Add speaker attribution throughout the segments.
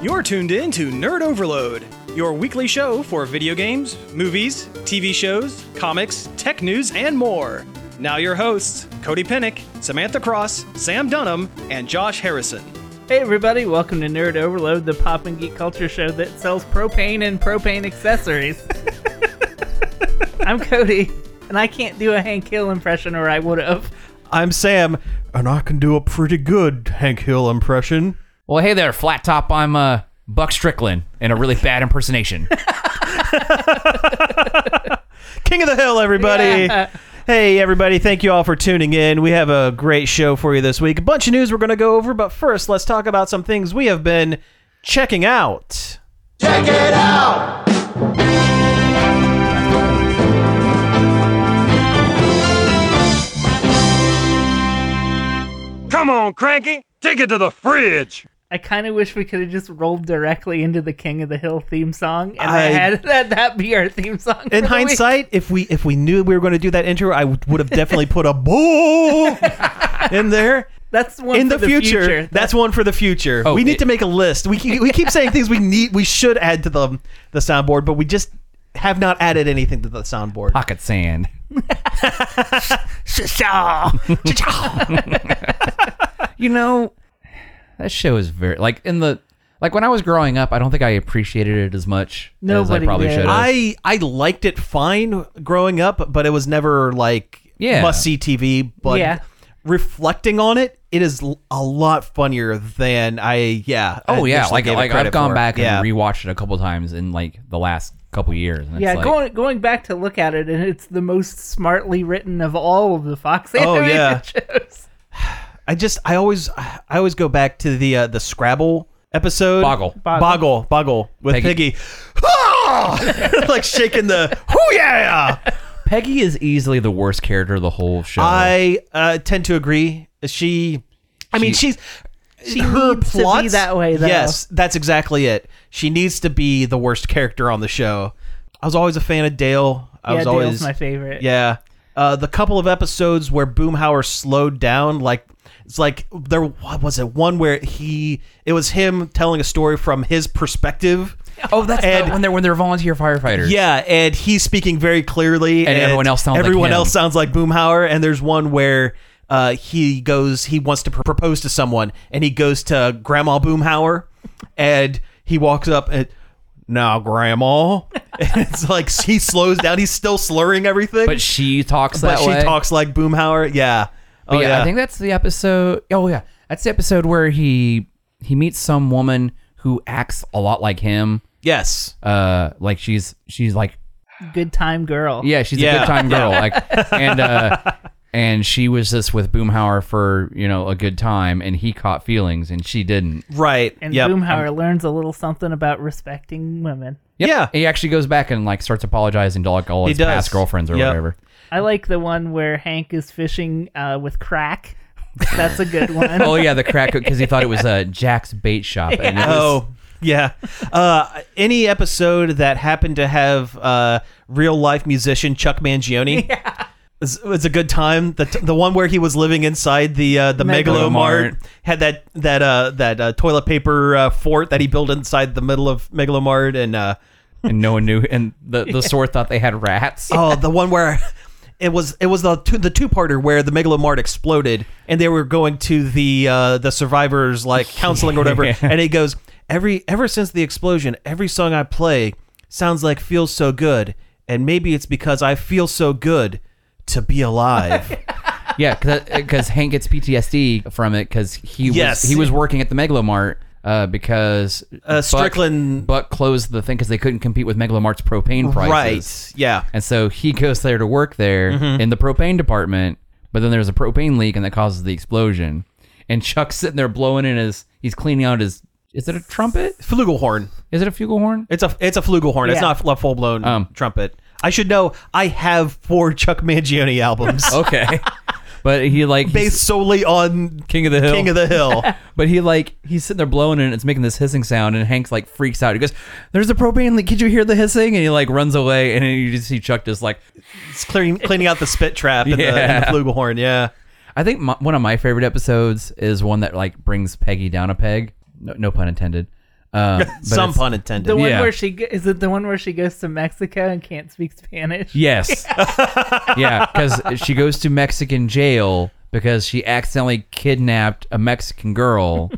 Speaker 1: You're tuned in to Nerd Overload, your weekly show for video games, movies, TV shows, comics, tech news, and more. Now, your hosts, Cody Pennick, Samantha Cross, Sam Dunham, and Josh Harrison.
Speaker 2: Hey everybody, welcome to Nerd Overload, the pop and geek culture show that sells propane and propane accessories. I'm Cody, and I can't do a Hank Hill impression or I would have.
Speaker 3: I'm Sam, and I can do a pretty good Hank Hill impression.
Speaker 4: Well, hey there, flat top. I'm uh, Buck Strickland in a really bad impersonation.
Speaker 3: King of the Hill, everybody. Hey, everybody, thank you all for tuning in. We have a great show for you this week. A bunch of news we're going to go over, but first, let's talk about some things we have been checking out.
Speaker 5: Come on, Cranky, take it to the fridge.
Speaker 2: I kind of wish we could have just rolled directly into the King of the Hill theme song, and I,
Speaker 3: I-
Speaker 2: had that, that be our theme song. for the
Speaker 3: In
Speaker 2: week.
Speaker 3: hindsight, if we if we knew we were going to do that intro, I would would have definitely put a boo in there.
Speaker 2: that's one
Speaker 3: in
Speaker 2: for
Speaker 3: the, future, that's one for the future.
Speaker 4: Oh,
Speaker 3: we need
Speaker 4: it-
Speaker 3: to make a list. We keep, we keep saying things we need we should add to the the soundboard, but we just have not added anything to the soundboard.
Speaker 4: Pocket sand. you know, that show is very like in the like when I was growing up. I don't think I appreciated it as much as
Speaker 2: Nobody
Speaker 4: I probably
Speaker 2: did.
Speaker 4: should. have.
Speaker 3: I I liked it fine growing up, but it was never like
Speaker 4: Yeah.
Speaker 3: must see TV. But
Speaker 2: Yeah.
Speaker 3: reflecting on it, it is l- a lot funnier than I yeah.
Speaker 4: Oh yeah,
Speaker 3: initially
Speaker 4: like
Speaker 3: gave it
Speaker 4: like
Speaker 3: credit
Speaker 4: I've gone
Speaker 3: for.
Speaker 4: back
Speaker 3: yeah.
Speaker 4: and rewatched it a couple times in like the last couple years. And it's
Speaker 2: Yeah,
Speaker 4: like,
Speaker 2: going going back to look at it, and it's the most smartly written of all of the Fox
Speaker 3: Oh,
Speaker 2: animated
Speaker 3: yeah.
Speaker 2: shows.
Speaker 3: I just I always I always go back to the uh, the Scrabble episode.
Speaker 4: Boggle.
Speaker 2: Boggle.
Speaker 3: Boggle. Boggle. with
Speaker 4: Peggy.
Speaker 3: Piggy. Ah! like shaking the hoo yeah.
Speaker 4: Peggy is easily the worst character of the whole show.
Speaker 3: I uh, tend to agree. She I mean she's her
Speaker 2: needs to be
Speaker 3: plots
Speaker 2: that way, though.
Speaker 3: Yes, that's exactly it. She needs to be the worst character on the show. I was always a fan of Dale. I
Speaker 2: yeah,
Speaker 3: was
Speaker 2: Dale's
Speaker 3: always
Speaker 2: my favorite.
Speaker 3: Yeah. Uh, the couple of episodes where Boomhauer slowed down, like it's like there what was it one where he it was him telling a story from his perspective.
Speaker 4: oh, that's
Speaker 3: and-
Speaker 4: when they're when they're volunteer firefighters.
Speaker 3: Yeah, and he's speaking very clearly,
Speaker 4: And everyone else sounds like
Speaker 3: everyone
Speaker 4: him.
Speaker 3: else sounds like Boomhauer. And there's one where uh, he goes, he wants to pr- propose to someone, and he goes to Grandma Boomhauer, and he walks up and now Grandma, and it's like he slows down. He's still slurring everything,
Speaker 4: but she talks
Speaker 3: but
Speaker 4: that
Speaker 3: she
Speaker 4: way.
Speaker 3: talks like Boomhauer. Yeah.
Speaker 4: But
Speaker 3: Oh yeah,
Speaker 4: yeah, I think that's the episode. Oh yeah, that's the episode where he he meets some woman who acts a lot like him.
Speaker 3: yes.
Speaker 4: Uh, like she's she's like
Speaker 2: Good time girl.
Speaker 4: yeah, she's a
Speaker 3: Yeah.
Speaker 4: good time girl. Like and uh, and she was just with Boomhauer for you know a good time, and he caught feelings, and she didn't.
Speaker 3: Right.
Speaker 2: And
Speaker 3: yep.
Speaker 2: Boomhauer learns a little something about respecting women.
Speaker 3: Yeah.
Speaker 4: He actually goes back and like starts apologizing to like all
Speaker 3: He
Speaker 4: his
Speaker 3: does.
Speaker 4: past girlfriends or
Speaker 3: Yep.
Speaker 4: whatever.
Speaker 2: I like the one where Hank is fishing uh, with crack. That's a good one.
Speaker 4: Oh yeah, the crack because he thought it was uh, Jack's bait shop. And it was,
Speaker 3: Oh. Yeah. Uh, any episode that happened to have uh, real life musician Chuck Mangione was, was a good time. The, the one where he was living inside the uh, the
Speaker 4: Megalomart.
Speaker 3: Megalomart had that that uh, that uh, toilet paper uh, fort that he built inside the middle of Megalomart and uh,
Speaker 4: and no one knew. And the the sword thought they had rats.
Speaker 3: oh the one where it was it was the two, the two parter where the Megalomart exploded and they were going to the uh, the survivors like counseling or whatever and he goes every ever since the explosion every song I play sounds like feels so good and maybe it's because I feel so good to be alive
Speaker 4: Yeah, because Hank gets PTSD from it because he
Speaker 3: Yes.
Speaker 4: was he was working at the Megalomart uh, because
Speaker 3: Uh, Strickland-
Speaker 4: Buck, Buck closed the thing because they couldn't compete with Megalomart's propane prices.
Speaker 3: right yeah
Speaker 4: and so he goes there to work there
Speaker 3: Mm-hmm.
Speaker 4: in the propane department. But then there's a propane leak and that causes the explosion. And Chuck's sitting there blowing in his he's cleaning out his is it a trumpet?
Speaker 3: flugelhorn
Speaker 4: Is it a flugelhorn?
Speaker 3: it's a it's a flugelhorn
Speaker 2: Yeah.
Speaker 3: it's not a full blown
Speaker 4: Um.
Speaker 3: trumpet I should know I have four Chuck Mangione albums
Speaker 4: Okay, but he like he's
Speaker 3: based solely on
Speaker 4: King of the Hill.
Speaker 3: King of the Hill.
Speaker 4: But he like he's sitting there blowing it and it's making this hissing sound and Hank's like freaks out. He goes, There's a propane leak, could you hear the hissing? And he like runs away and then you just see Chuck just like
Speaker 3: It's clearing cleaning out the spit trap and, the, and the
Speaker 4: Yeah.
Speaker 3: flugelhorn. Yeah,
Speaker 4: I think my, one of my favorite episodes is one that like brings Peggy down a peg. No, no pun intended. Uh, but
Speaker 3: Some
Speaker 4: it's-
Speaker 3: pun intended.
Speaker 2: The one
Speaker 4: Yeah.
Speaker 2: where she go- is it the one where she goes to Mexico and can't speak Spanish?
Speaker 4: Yes. yeah, because she goes to Mexican jail because she accidentally kidnapped a Mexican girl,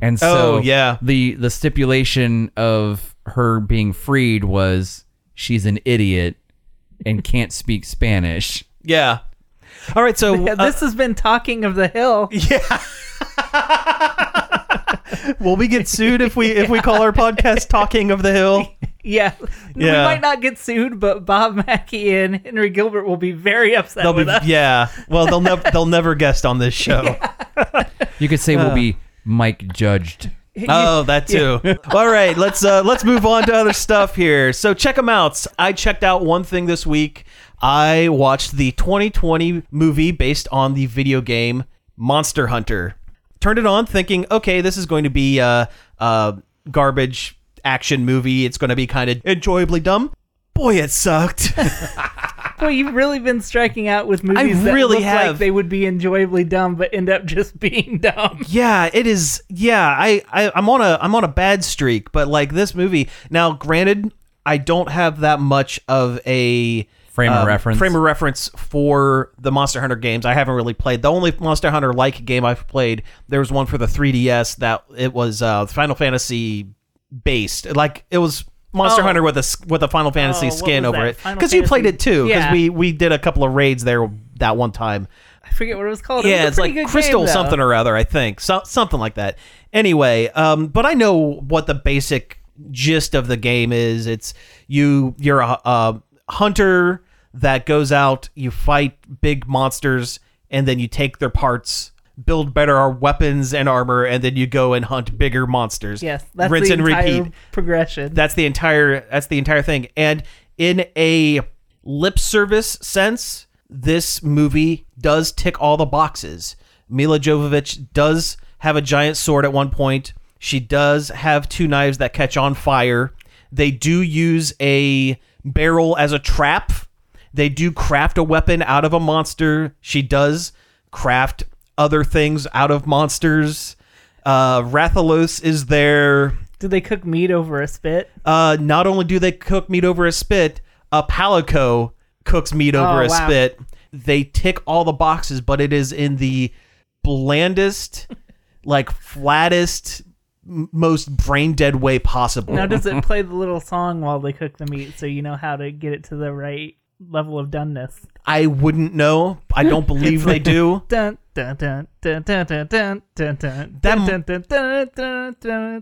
Speaker 4: and
Speaker 3: Oh,
Speaker 4: so
Speaker 3: yeah.
Speaker 4: the the stipulation of her being freed was she's an idiot and can't speak Spanish.
Speaker 3: yeah. All right, so
Speaker 2: Yeah,
Speaker 3: uh,
Speaker 2: this has been talking of the hill.
Speaker 3: will we get sued if we if we call our podcast "Talking of the Hill"?
Speaker 2: Yeah. we
Speaker 3: Yeah.
Speaker 2: might not get sued, but Bob Mackey and Henry Gilbert will be very upset
Speaker 3: They'll
Speaker 2: with
Speaker 3: be
Speaker 2: us.
Speaker 3: yeah. Well, they'll never they'll never guest on this show.
Speaker 4: You could say we'll
Speaker 3: Uh.
Speaker 4: be Mike judged.
Speaker 3: Oh, that too. All right, let's uh, let's move on to other stuff here. So check them out. I checked out one thing this week. I watched the 2020 movie based on the video game Monster Hunter. Turned it on, thinking, okay, this is going to be a, a garbage action movie. It's going to be kind of enjoyably dumb. Boy, it sucked.
Speaker 2: Well, you've really been striking out with movies that
Speaker 3: really
Speaker 2: look like
Speaker 3: have.
Speaker 2: they would be enjoyably dumb, but end up just being dumb.
Speaker 3: Yeah, it is. Yeah, I, I I'm on a I'm on a bad streak, but like this movie. Now, granted, I don't have that much of a um,
Speaker 4: Frame of reference.
Speaker 3: Frame of reference for the Monster Hunter games. I haven't really played. The only Monster Hunter like game I've played, there was one for the 3DS that it was uh, Final Fantasy based. Like it was Monster
Speaker 2: Oh.
Speaker 3: Hunter with a s- with a Final Fantasy
Speaker 2: Oh, what
Speaker 3: skin
Speaker 2: was
Speaker 3: over
Speaker 2: that?
Speaker 3: it
Speaker 2: Final
Speaker 3: because you played
Speaker 2: Fantasy-
Speaker 3: it too. Because
Speaker 2: Yeah.
Speaker 3: we we did a couple of raids there that one time.
Speaker 2: I forget what it was called. It was
Speaker 3: Yeah,
Speaker 2: a
Speaker 3: it's
Speaker 2: pretty
Speaker 3: like
Speaker 2: good
Speaker 3: crystal
Speaker 2: game, though.
Speaker 3: something or other, I think. So, something like that. Anyway, um, but I know what the basic gist of the game is. It's you you're a, a hunter that goes out, you fight big monsters and then you take their parts, build better weapons and armor and then you go and hunt bigger monsters.
Speaker 2: Yes, that's the entire progression.
Speaker 3: That's the entire that's the entire thing. And in a lip service sense, this movie does tick all the boxes. Mila Jovovich does have a giant sword at one point. She does have two knives that catch on fire. They do use a barrel as a trap. They do craft a weapon out of a monster. She does craft other things out of monsters. Uh, Rathalos is there.
Speaker 2: Did they cook meat over a spit?
Speaker 3: Uh, not only do they cook meat over a spit, a palico cooks meat over
Speaker 2: Oh,
Speaker 3: a
Speaker 2: wow.
Speaker 3: spit. They tick all the boxes, but it is in the blandest, like flattest, m- most brain dead way possible.
Speaker 2: Now, does it play the little song while they cook the meat so you know how to get it to the right level of doneness?
Speaker 3: I wouldn't know. I don't believe they do.
Speaker 2: Dun, dun, dun, dun, dun, dun, dun, dun, dun,
Speaker 3: That-
Speaker 2: dun, dun, dun, dun, dun,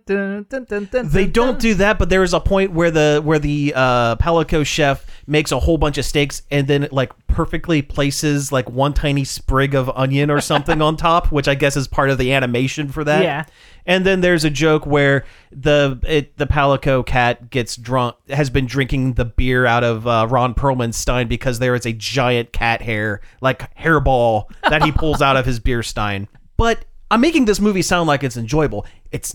Speaker 2: dun, dun, dun, dun,
Speaker 3: They
Speaker 2: dun,
Speaker 3: don't
Speaker 2: dun.
Speaker 3: do that, but there is a point where the where the uh, palico chef makes a whole bunch of steaks and then like perfectly places like one tiny sprig of onion or something on top, which I guess is part of the animation for that.
Speaker 2: Yeah.
Speaker 3: And then there's a joke where the it, the palico cat gets drunk, has been drinking the beer out of uh, Ron Perlman's stein because there is a giant cat hair, like hairball, that he pulls out of his beer stein. But I'm making this movie sound like it's enjoyable. It's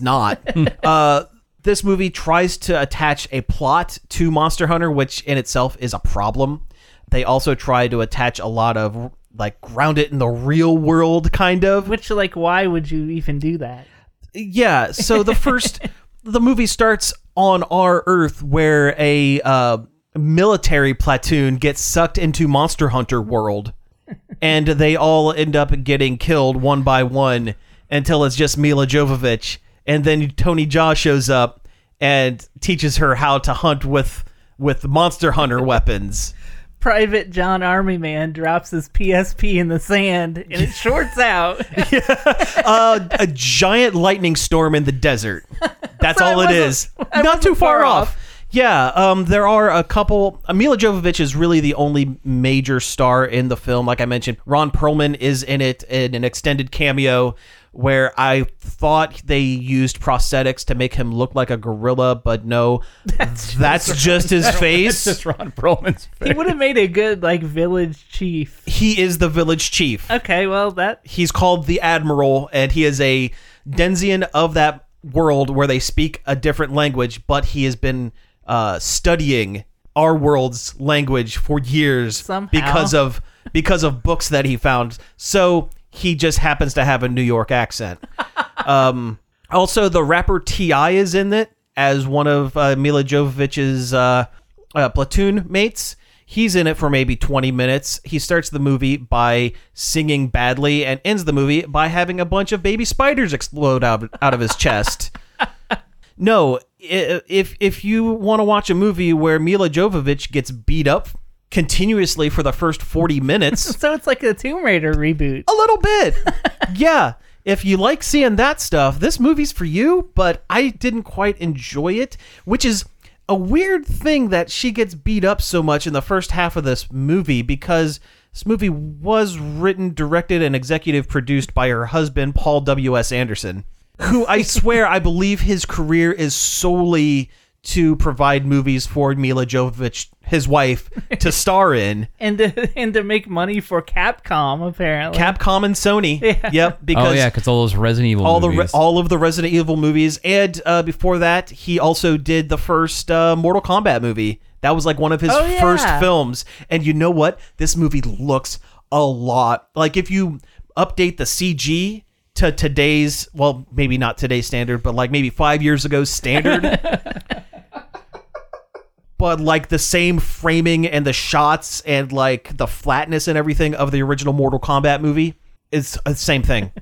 Speaker 3: not. uh, this movie tries to attach a plot to Monster Hunter, which in itself is a problem. They also try to attach a lot of like ground it in the real world kind of
Speaker 2: Which, like, why would you even do that?
Speaker 3: yeah so the first the movie starts on our earth where a uh, military platoon gets sucked into monster hunter world and they all end up getting killed one by one until it's just mila jovovich and then tony jaw shows up and teaches her how to hunt with with monster hunter weapons
Speaker 2: Private John Army Man drops his PSP in the sand and it shorts out.
Speaker 3: uh, a giant lightning storm in the desert. That's
Speaker 2: I
Speaker 3: all it
Speaker 2: wasn't-
Speaker 3: is.
Speaker 2: I
Speaker 3: Not too
Speaker 2: wasn't
Speaker 3: far,
Speaker 2: far
Speaker 3: off.
Speaker 2: off.
Speaker 3: Yeah, um, there are a couple. Mila Jovovich is really the only major star in the film. Like I mentioned, Ron Perlman is in it in an extended cameo where I thought they used prosthetics to make him look like a gorilla, but no, that's, just his face.
Speaker 4: Ron Perlman's
Speaker 2: he would have made a good, like, village chief.
Speaker 3: he is the village chief.
Speaker 2: Okay, well, that.
Speaker 3: he's called the admiral and he is a denzian of that world where they speak a different language but he has been uh, studying our world's language for years
Speaker 2: Somehow.
Speaker 3: because of because of books that he found so he just happens to have a new york accent Also, the rapper Ti is in it as one of uh, Mila Jovovich's uh, uh, platoon mates. He's in it for maybe 20 minutes. He starts the movie by singing badly and ends the movie by having a bunch of baby spiders explode out, out of his chest. No, i- if if you want to watch a movie where Mila Jovovich gets beat up continuously for the first 40 minutes,
Speaker 2: So it's like a Tomb Raider reboot.
Speaker 3: a little bit. yeah. If you like seeing that stuff, this movie's for you, but I didn't quite enjoy it, which is a weird thing that she gets beat up so much in the first half of this movie because this movie was written, directed, and executive produced by her husband, Paul W.S. Anderson, who I swear I believe his career is solely to provide movies for Mila Jovovich, his wife, to star in.
Speaker 2: And to, and to make money for Capcom, apparently.
Speaker 3: Capcom and Sony. Yep. Because
Speaker 4: oh yeah, because all those Resident Evil
Speaker 3: all
Speaker 4: movies.
Speaker 3: the all of the Resident Evil movies, and uh, before that, he also did the first uh, Mortal Kombat movie. That was like one of his
Speaker 2: Oh, yeah.
Speaker 3: first films. And you know what? This movie looks a lot like if you update the CG to today's, well, maybe not today's standard, but like maybe five years ago standard. But like the same framing and the shots and like the flatness and everything of the original Mortal Kombat movie, it's the same thing.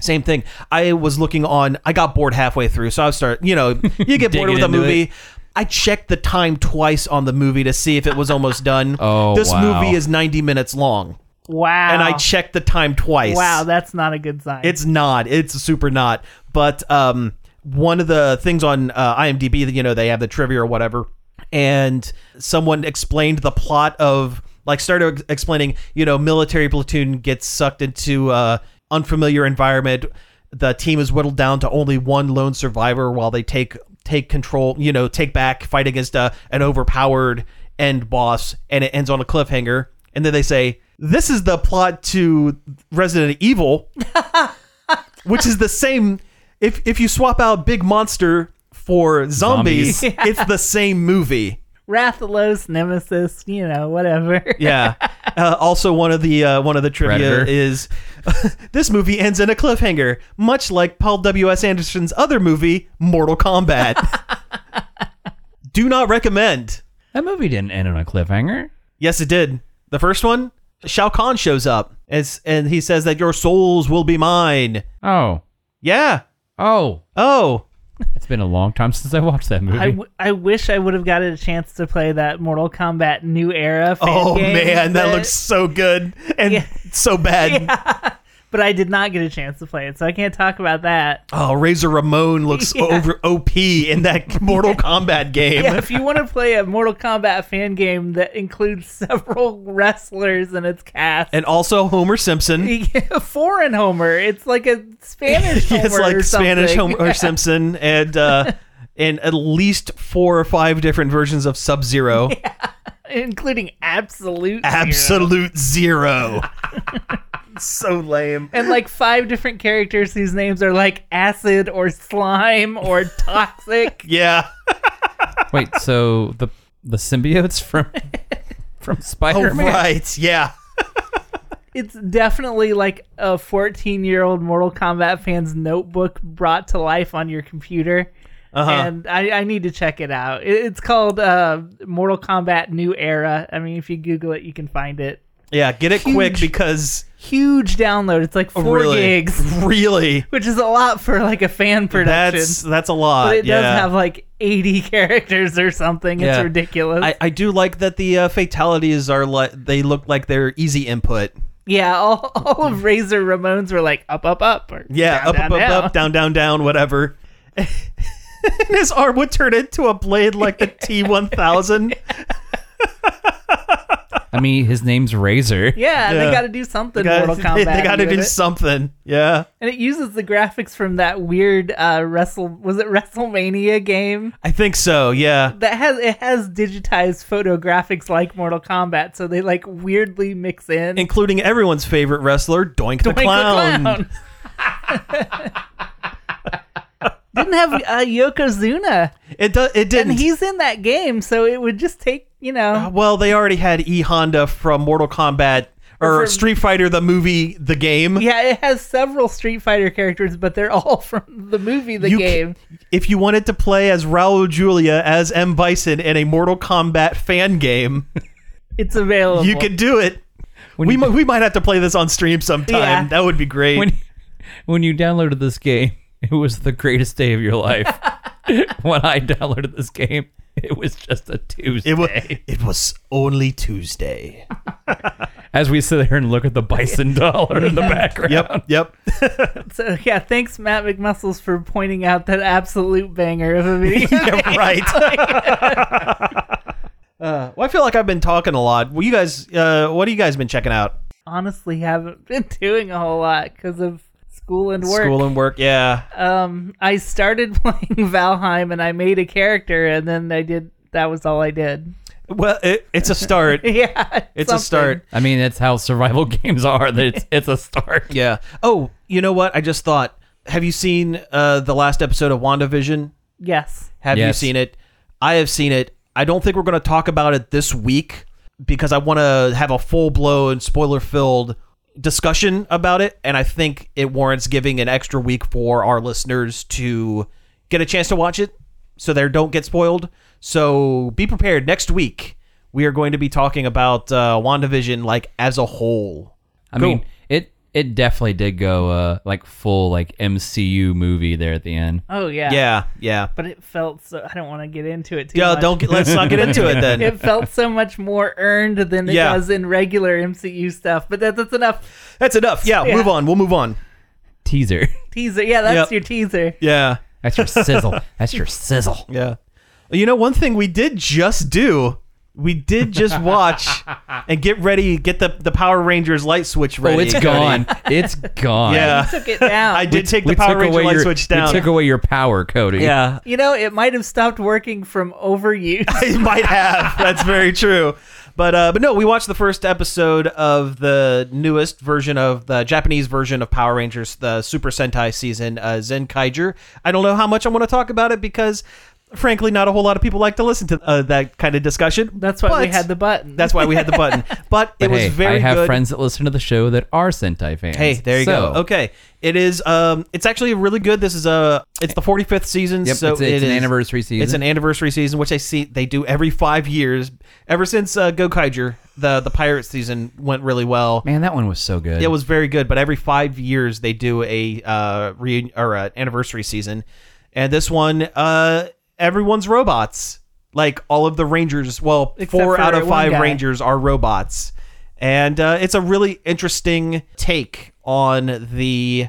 Speaker 3: Same thing. I was looking on. I got bored halfway through, so I start. You know, you get bored
Speaker 4: Digging
Speaker 3: with a
Speaker 4: into
Speaker 3: movie.
Speaker 4: it.
Speaker 3: I checked the time twice on the movie to see if it was almost done.
Speaker 4: Oh,
Speaker 3: this
Speaker 4: wow.
Speaker 3: movie is ninety minutes long,
Speaker 2: wow.
Speaker 3: and I checked the time twice.
Speaker 2: Wow, that's not a good sign.
Speaker 3: It's not. It's a super not. But um, one of the things on uh, IMDb, that you know, they have the trivia or whatever, and someone explained the plot of like started ex- explaining, you know, military platoon gets sucked into uh, unfamiliar environment. The team is whittled down to only one lone survivor while they take take control, you know, take back, fight against uh, an overpowered end boss, and it ends on a cliffhanger. And then they say, "This is the plot to Resident Evil." which is the same. If if you swap out big monster for zombies, it's the same movie.
Speaker 2: Rathalos, Nemesis, you know, whatever.
Speaker 3: Yeah. Uh, also, one of the uh, one of the trivia
Speaker 4: Predator.
Speaker 3: is this movie ends in a cliffhanger, much like Paul W S Anderson's other movie, Mortal Kombat. Do not recommend.
Speaker 4: that movie didn't end on a cliffhanger.
Speaker 3: Yes, it did. The first one, Shao Kahn shows up it's, and he says that your souls will be mine.
Speaker 4: Oh,
Speaker 3: Yeah.
Speaker 4: oh,
Speaker 3: Oh,
Speaker 4: it's been a long time since I watched that movie.
Speaker 2: I, w- I wish I would have gotten a chance to play that Mortal Kombat New Era. Fan
Speaker 3: Oh
Speaker 2: game,
Speaker 3: man, that
Speaker 2: but-
Speaker 3: looks so good and
Speaker 2: Yeah.
Speaker 3: so bad.
Speaker 2: But I did not get a chance to play it, so I can't talk about that.
Speaker 3: Oh, Razor Ramon looks over OP in that Mortal Kombat game.
Speaker 2: Yeah, if you want to play a Mortal Kombat fan game that includes several wrestlers in its cast,
Speaker 3: And also Homer Simpson.
Speaker 2: foreign Homer, it's like a Spanish Homer.
Speaker 3: it's like
Speaker 2: or
Speaker 3: Spanish
Speaker 2: something.
Speaker 3: Homer Simpson and uh and at least four or five different versions of Sub Zero.
Speaker 2: including Absolute. Zero.
Speaker 3: Absolute zero. so lame.
Speaker 2: and like five different characters whose names are like acid or slime or toxic.
Speaker 3: Yeah.
Speaker 4: Wait, so the the symbiotes from from
Speaker 3: Oh,
Speaker 4: Spider Man?
Speaker 3: right. Yeah.
Speaker 2: it's definitely like a 14 year old Mortal Kombat fan's notebook brought to life on your computer.
Speaker 3: Uh-huh.
Speaker 2: And I, I need to check it out. It, it's called uh, Mortal Kombat New Era. I mean, if you Google it, you can find it.
Speaker 3: Yeah. Get it quick because
Speaker 2: Huge download. It's like four
Speaker 3: Oh, really,
Speaker 2: gigs,
Speaker 3: really,
Speaker 2: which is a lot for like a fan production.
Speaker 3: that's that's a lot.
Speaker 2: but it
Speaker 3: yeah.
Speaker 2: does have like 80 characters or something.
Speaker 3: Yeah.
Speaker 2: It's ridiculous.
Speaker 3: I, I do like that the uh, fatalities are like they look like they're easy input.
Speaker 2: Yeah, all, all of Razor Ramon's were like up, up, up, or
Speaker 3: Mm-hmm. Yeah,
Speaker 2: down,
Speaker 3: up,
Speaker 2: down,
Speaker 3: up, up,
Speaker 2: down.
Speaker 3: up, down, down, down, whatever. and his arm would turn into a blade like the T one thousand.
Speaker 4: I mean, his name's Razor.
Speaker 2: Yeah,
Speaker 3: Yeah.
Speaker 2: they got to do something. Mortal
Speaker 3: They,
Speaker 2: Kombat.
Speaker 3: they got to
Speaker 2: with
Speaker 3: do
Speaker 2: it.
Speaker 3: something. Yeah,
Speaker 2: and it uses the graphics from that weird uh, Wrestle. Was it WrestleMania game
Speaker 3: I think so. Yeah,
Speaker 2: that has it has digitized photographics like Mortal Kombat, so they like weirdly mix in.
Speaker 3: including everyone's favorite wrestler, Doink, the,
Speaker 2: Doink the
Speaker 3: clown.
Speaker 2: Clown. Didn't have uh, Yokozuna,
Speaker 3: It does. It
Speaker 2: and
Speaker 3: didn't.
Speaker 2: he's in that game, so it would just take you know.
Speaker 3: well, they already had E Honda from Mortal Kombat or
Speaker 2: from-
Speaker 3: Street Fighter the movie, the game.
Speaker 2: Yeah, it has several Street Fighter characters, but they're all from the movie, the
Speaker 3: You
Speaker 2: game.
Speaker 3: ca- if you wanted to play as Raul Julia as M Bison in a Mortal Kombat fan game,
Speaker 2: It's available.
Speaker 3: you could do it.
Speaker 4: When
Speaker 3: we
Speaker 4: you-
Speaker 3: might, we might have to play this on stream sometime.
Speaker 2: Yeah.
Speaker 3: That would be great.
Speaker 4: when when you downloaded this game, it was the greatest day of your life. when I downloaded this game, it was just a Tuesday.
Speaker 3: it was it was only Tuesday.
Speaker 4: As we sit there and look at the bison dollar in the background.
Speaker 3: Yep, yep.
Speaker 2: So yeah, thanks Matt McMuscles for pointing out that absolute banger of a video.
Speaker 3: yeah, right. uh, well, I feel like I've been talking a lot. Well, you guys, uh, what have you guys been checking out?
Speaker 2: Honestly, haven't been doing a whole lot because of school and work.
Speaker 3: School and work. Yeah.
Speaker 2: um, I started playing Valheim and I made a character, and then I did. That was all I did.
Speaker 3: Well, it, it's a start.
Speaker 2: Yeah,
Speaker 3: It's a
Speaker 2: something.
Speaker 3: start.
Speaker 4: I mean, that's how survival games are. That it's, it's a start.
Speaker 3: Yeah. Oh, you know what? I just thought. Have you seen uh, the last episode of WandaVision?
Speaker 2: Yes.
Speaker 3: Have
Speaker 4: Yes.
Speaker 3: you seen it? I have seen it. I don't think we're going to talk about it this week because I want to have a full blown, spoiler filled discussion about it. And I think it warrants giving an extra week for our listeners to get a chance to watch it so they don't get spoiled. So be prepared. Next week, we are going to be talking about uh, WandaVision like as a whole.
Speaker 4: I mean, it it definitely did go uh, like full like MCU movie there at the end.
Speaker 3: Uh.
Speaker 2: Oh yeah.
Speaker 3: Yeah, yeah.
Speaker 2: But it felt so. I don't want to get into it too.
Speaker 3: Yeah,
Speaker 2: much.
Speaker 3: don't get, let's not get into it then.
Speaker 2: It felt so much more earned than it
Speaker 3: Yeah.
Speaker 2: does in regular MCU stuff. But that, that's enough
Speaker 3: That's enough. Yeah,
Speaker 2: Yeah.
Speaker 3: move on. We'll move on.
Speaker 4: Teaser.
Speaker 2: teaser. Yeah, that's
Speaker 3: Yep.
Speaker 2: your teaser.
Speaker 3: Yeah.
Speaker 4: That's your sizzle. That's your sizzle.
Speaker 3: Yeah. You know, one thing we did just do, we did just watch and get ready, get the, the Power Rangers light switch ready.
Speaker 4: Oh, it's gone. It's gone.
Speaker 3: Yeah.
Speaker 2: Took it down.
Speaker 3: I did take the
Speaker 4: We
Speaker 3: Power
Speaker 4: took
Speaker 3: Ranger
Speaker 4: away
Speaker 3: light
Speaker 4: your-
Speaker 3: switch down.
Speaker 4: We took away your power, Cody.
Speaker 3: yeah.
Speaker 2: You know, it might have stopped working from overuse.
Speaker 3: it might have. That's very true. But uh, but no, we watched the first episode of the newest version of the Japanese version of Power Rangers, the Super Sentai season, uh, Zenkaiger. I don't know how much I want to talk about it because, frankly, not a whole lot of people like to listen to uh, that kind of discussion.
Speaker 2: That's why we
Speaker 3: But-
Speaker 2: had the button.
Speaker 3: That's why we had the button. But it
Speaker 4: But
Speaker 3: was
Speaker 4: hey,
Speaker 3: very
Speaker 4: I have
Speaker 3: good.
Speaker 4: friends that listen to the show that are Sentai fans.
Speaker 3: Hey, there you
Speaker 4: So,
Speaker 3: go. Okay, it is. Um, it's actually really good. This is a. It's the forty fifth season.
Speaker 4: Yep,
Speaker 3: so
Speaker 4: it's, it's
Speaker 3: it
Speaker 4: an
Speaker 3: is-
Speaker 4: anniversary season.
Speaker 3: It's an anniversary season, which I see they do every five years. Ever since uh, Gokaiger, the the pirate season went really well.
Speaker 4: Man, that one was so good.
Speaker 3: It was very good, but every five years they do a uh, re- or a anniversary season, and this one, uh, everyone's robots. Like all of the Rangers, well,
Speaker 2: Except
Speaker 3: four
Speaker 2: for
Speaker 3: out of
Speaker 2: one
Speaker 3: five
Speaker 2: guy.
Speaker 3: Rangers are robots, and uh, it's a really interesting take on the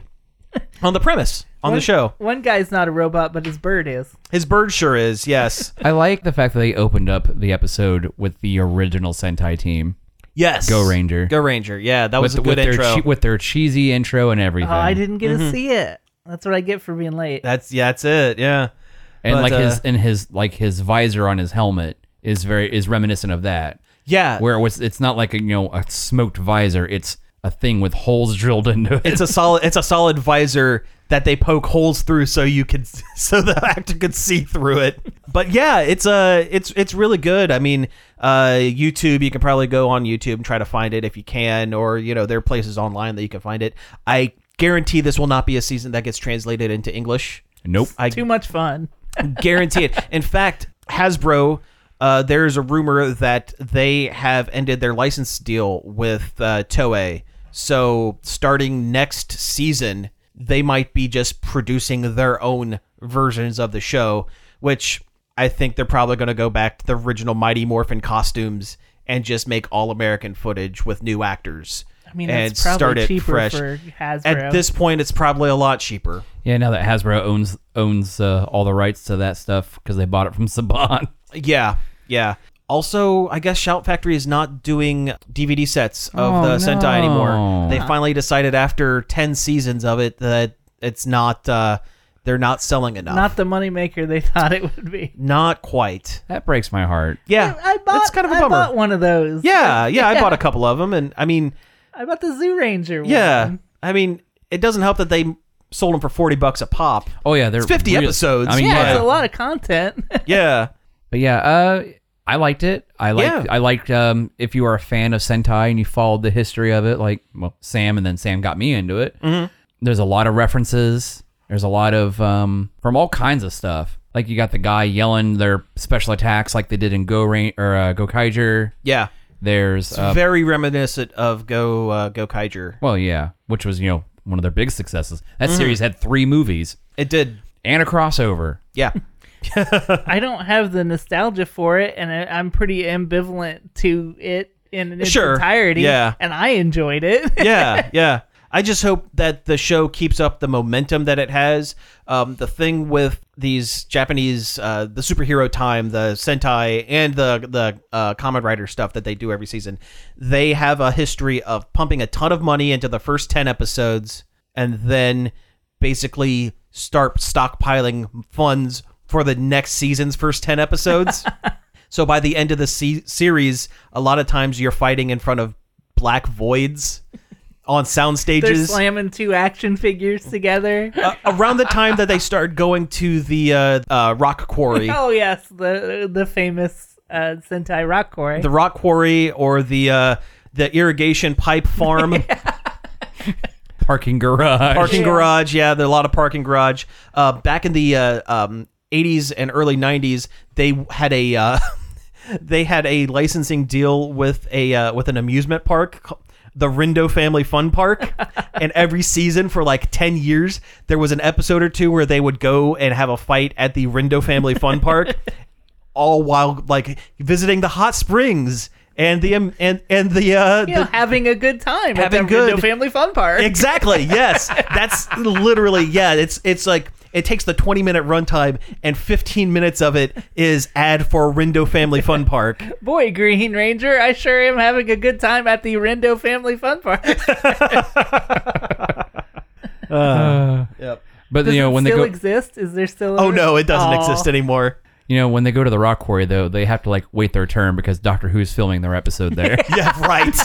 Speaker 3: on the premise on the show.
Speaker 2: One guy's not a robot, but his bird is.
Speaker 3: His bird sure is, yes,
Speaker 4: I like the fact that they opened up the episode with the original Sentai team
Speaker 3: yes.
Speaker 4: Go Ranger.
Speaker 3: Go Ranger. Yeah, that was a
Speaker 4: with,
Speaker 3: good
Speaker 4: with their
Speaker 3: intro. Uh-huh,
Speaker 4: che- with their cheesy intro and everything.
Speaker 2: Oh, I didn't get
Speaker 3: Mm-hmm.
Speaker 2: to see it. That's what I get for being late.
Speaker 3: that's yeah, that's it. Yeah,
Speaker 4: and
Speaker 3: but,
Speaker 4: like his
Speaker 3: uh,
Speaker 4: and his like his visor on his helmet is very is reminiscent of that.
Speaker 3: yeah.
Speaker 4: Where it was, it's not like a you know a smoked visor. It's a thing with holes drilled into it.
Speaker 3: it's a solid it's a solid visor that they poke holes through so you could so the actor could see through it but yeah it's uh it's it's really good i mean uh youtube you can probably go on youtube and try to find it if you can or you know there are places online that you can find it i guarantee this will not be a season that gets translated into english
Speaker 4: nope.
Speaker 3: i
Speaker 2: Too much fun.
Speaker 3: guarantee it. In fact, Hasbro, uh, there is a rumor that they have ended their license deal with uh, Toei. So starting next season, they might be just producing their own versions of the show, which I think they're probably going to go back to the original Mighty Morphin costumes and just make all American footage with new actors.
Speaker 2: I mean,
Speaker 3: and
Speaker 2: it's probably
Speaker 3: start it
Speaker 2: cheaper
Speaker 3: fresh.
Speaker 2: for Hasbro.
Speaker 3: At this point, it's probably a lot cheaper.
Speaker 4: Yeah, now that Hasbro owns owns uh, all the rights to that stuff because they bought it from Saban.
Speaker 3: Yeah, yeah. Also, I guess Shout Factory is not doing DVD sets of
Speaker 4: Oh,
Speaker 3: the Sentai
Speaker 4: no.
Speaker 3: anymore. They finally decided after ten seasons of it that it's not. Uh, they're not selling enough.
Speaker 2: not the moneymaker they thought it would be.
Speaker 3: Not quite.
Speaker 4: That breaks my heart.
Speaker 3: Yeah,
Speaker 2: I bought,
Speaker 3: that's kind of a
Speaker 2: I
Speaker 3: bummer.
Speaker 2: bought one of those.
Speaker 3: Yeah, yeah. I bought a couple of them, and I mean,
Speaker 2: I bought the Zoo Ranger one.
Speaker 3: yeah, I mean, it doesn't help that they sold them for forty bucks a pop.
Speaker 4: Oh yeah, they're
Speaker 3: It's 50
Speaker 4: real-
Speaker 3: episodes.
Speaker 4: I mean,
Speaker 2: Yeah,
Speaker 4: yeah,
Speaker 2: it's a lot of content.
Speaker 3: Yeah,
Speaker 4: but yeah, uh, I liked it. I liked
Speaker 3: Yeah.
Speaker 4: I liked um, if you are a fan of Sentai and you followed the history of it, like well, Sam, and then Sam got me into it. Mm-hmm. There's a lot of references. There's a lot of um, from all kinds of stuff. Like you got the guy yelling their special attacks like they did in Go Rain or uh, Go Kaiser.
Speaker 3: Yeah.
Speaker 4: There's uh,
Speaker 3: Very reminiscent of Go uh, Go Kyger.
Speaker 4: well, yeah, which was you know one of their big successes. That
Speaker 3: Mm-hmm.
Speaker 4: series had three movies
Speaker 3: It did.
Speaker 4: and a crossover.
Speaker 3: Yeah.
Speaker 2: I don't have the nostalgia for it, and I, I'm pretty ambivalent to it in its
Speaker 3: Sure,
Speaker 2: entirety.
Speaker 3: yeah.
Speaker 2: and I enjoyed it.
Speaker 3: yeah, yeah. I just hope that the show keeps up the momentum that it has. Um, the thing with these Japanese, uh, the superhero time, the Sentai, and the the uh, Common Rider stuff that they do every season, they have a history of pumping a ton of money into the first ten episodes, and then basically start stockpiling funds for the next season's first ten episodes. So by the end of the se- series, a lot of times you're fighting in front of black voids on sound
Speaker 2: They're
Speaker 3: stages.
Speaker 2: slamming two action figures together.
Speaker 3: Uh, around the time that they start going to the uh, uh, rock quarry,
Speaker 2: oh yes, the the famous uh, Sentai rock quarry.
Speaker 3: the rock quarry, or the uh, the irrigation pipe farm.
Speaker 4: Parking garage.
Speaker 3: parking garage. Yeah, there are a lot of parking garage. Uh, back in the uh, um, 80s and early 90s, they had a uh, they had a licensing deal with a uh, with an amusement park. ca- The Rindo Family Fun Park, and every season for like ten years, there was an episode or two where they would go and have a fight at the Rindo Family Fun Park, all while like visiting the hot springs and the um, and and the uh,
Speaker 2: you know,
Speaker 3: the,
Speaker 2: having a good time
Speaker 3: having
Speaker 2: at the Rindo
Speaker 3: good-
Speaker 2: family fun park.
Speaker 3: Exactly. Yes. That's literally yeah. It's it's like it takes the 20 minute runtime and 15 minutes of it is ad for Rindo Family Fun Park.
Speaker 2: Boy, Green Ranger, I sure am having a good time at the Rindo family fun park.
Speaker 4: But
Speaker 2: Does
Speaker 4: you know
Speaker 2: it
Speaker 4: when they
Speaker 2: still
Speaker 4: go,
Speaker 2: exist? Is there still?
Speaker 3: Oh no, it doesn't
Speaker 2: Aw.
Speaker 3: exist anymore.
Speaker 4: you know when they go to the rock quarry though, they have to like wait their turn because Doctor Who's filming their episode there.
Speaker 3: Yeah. Right.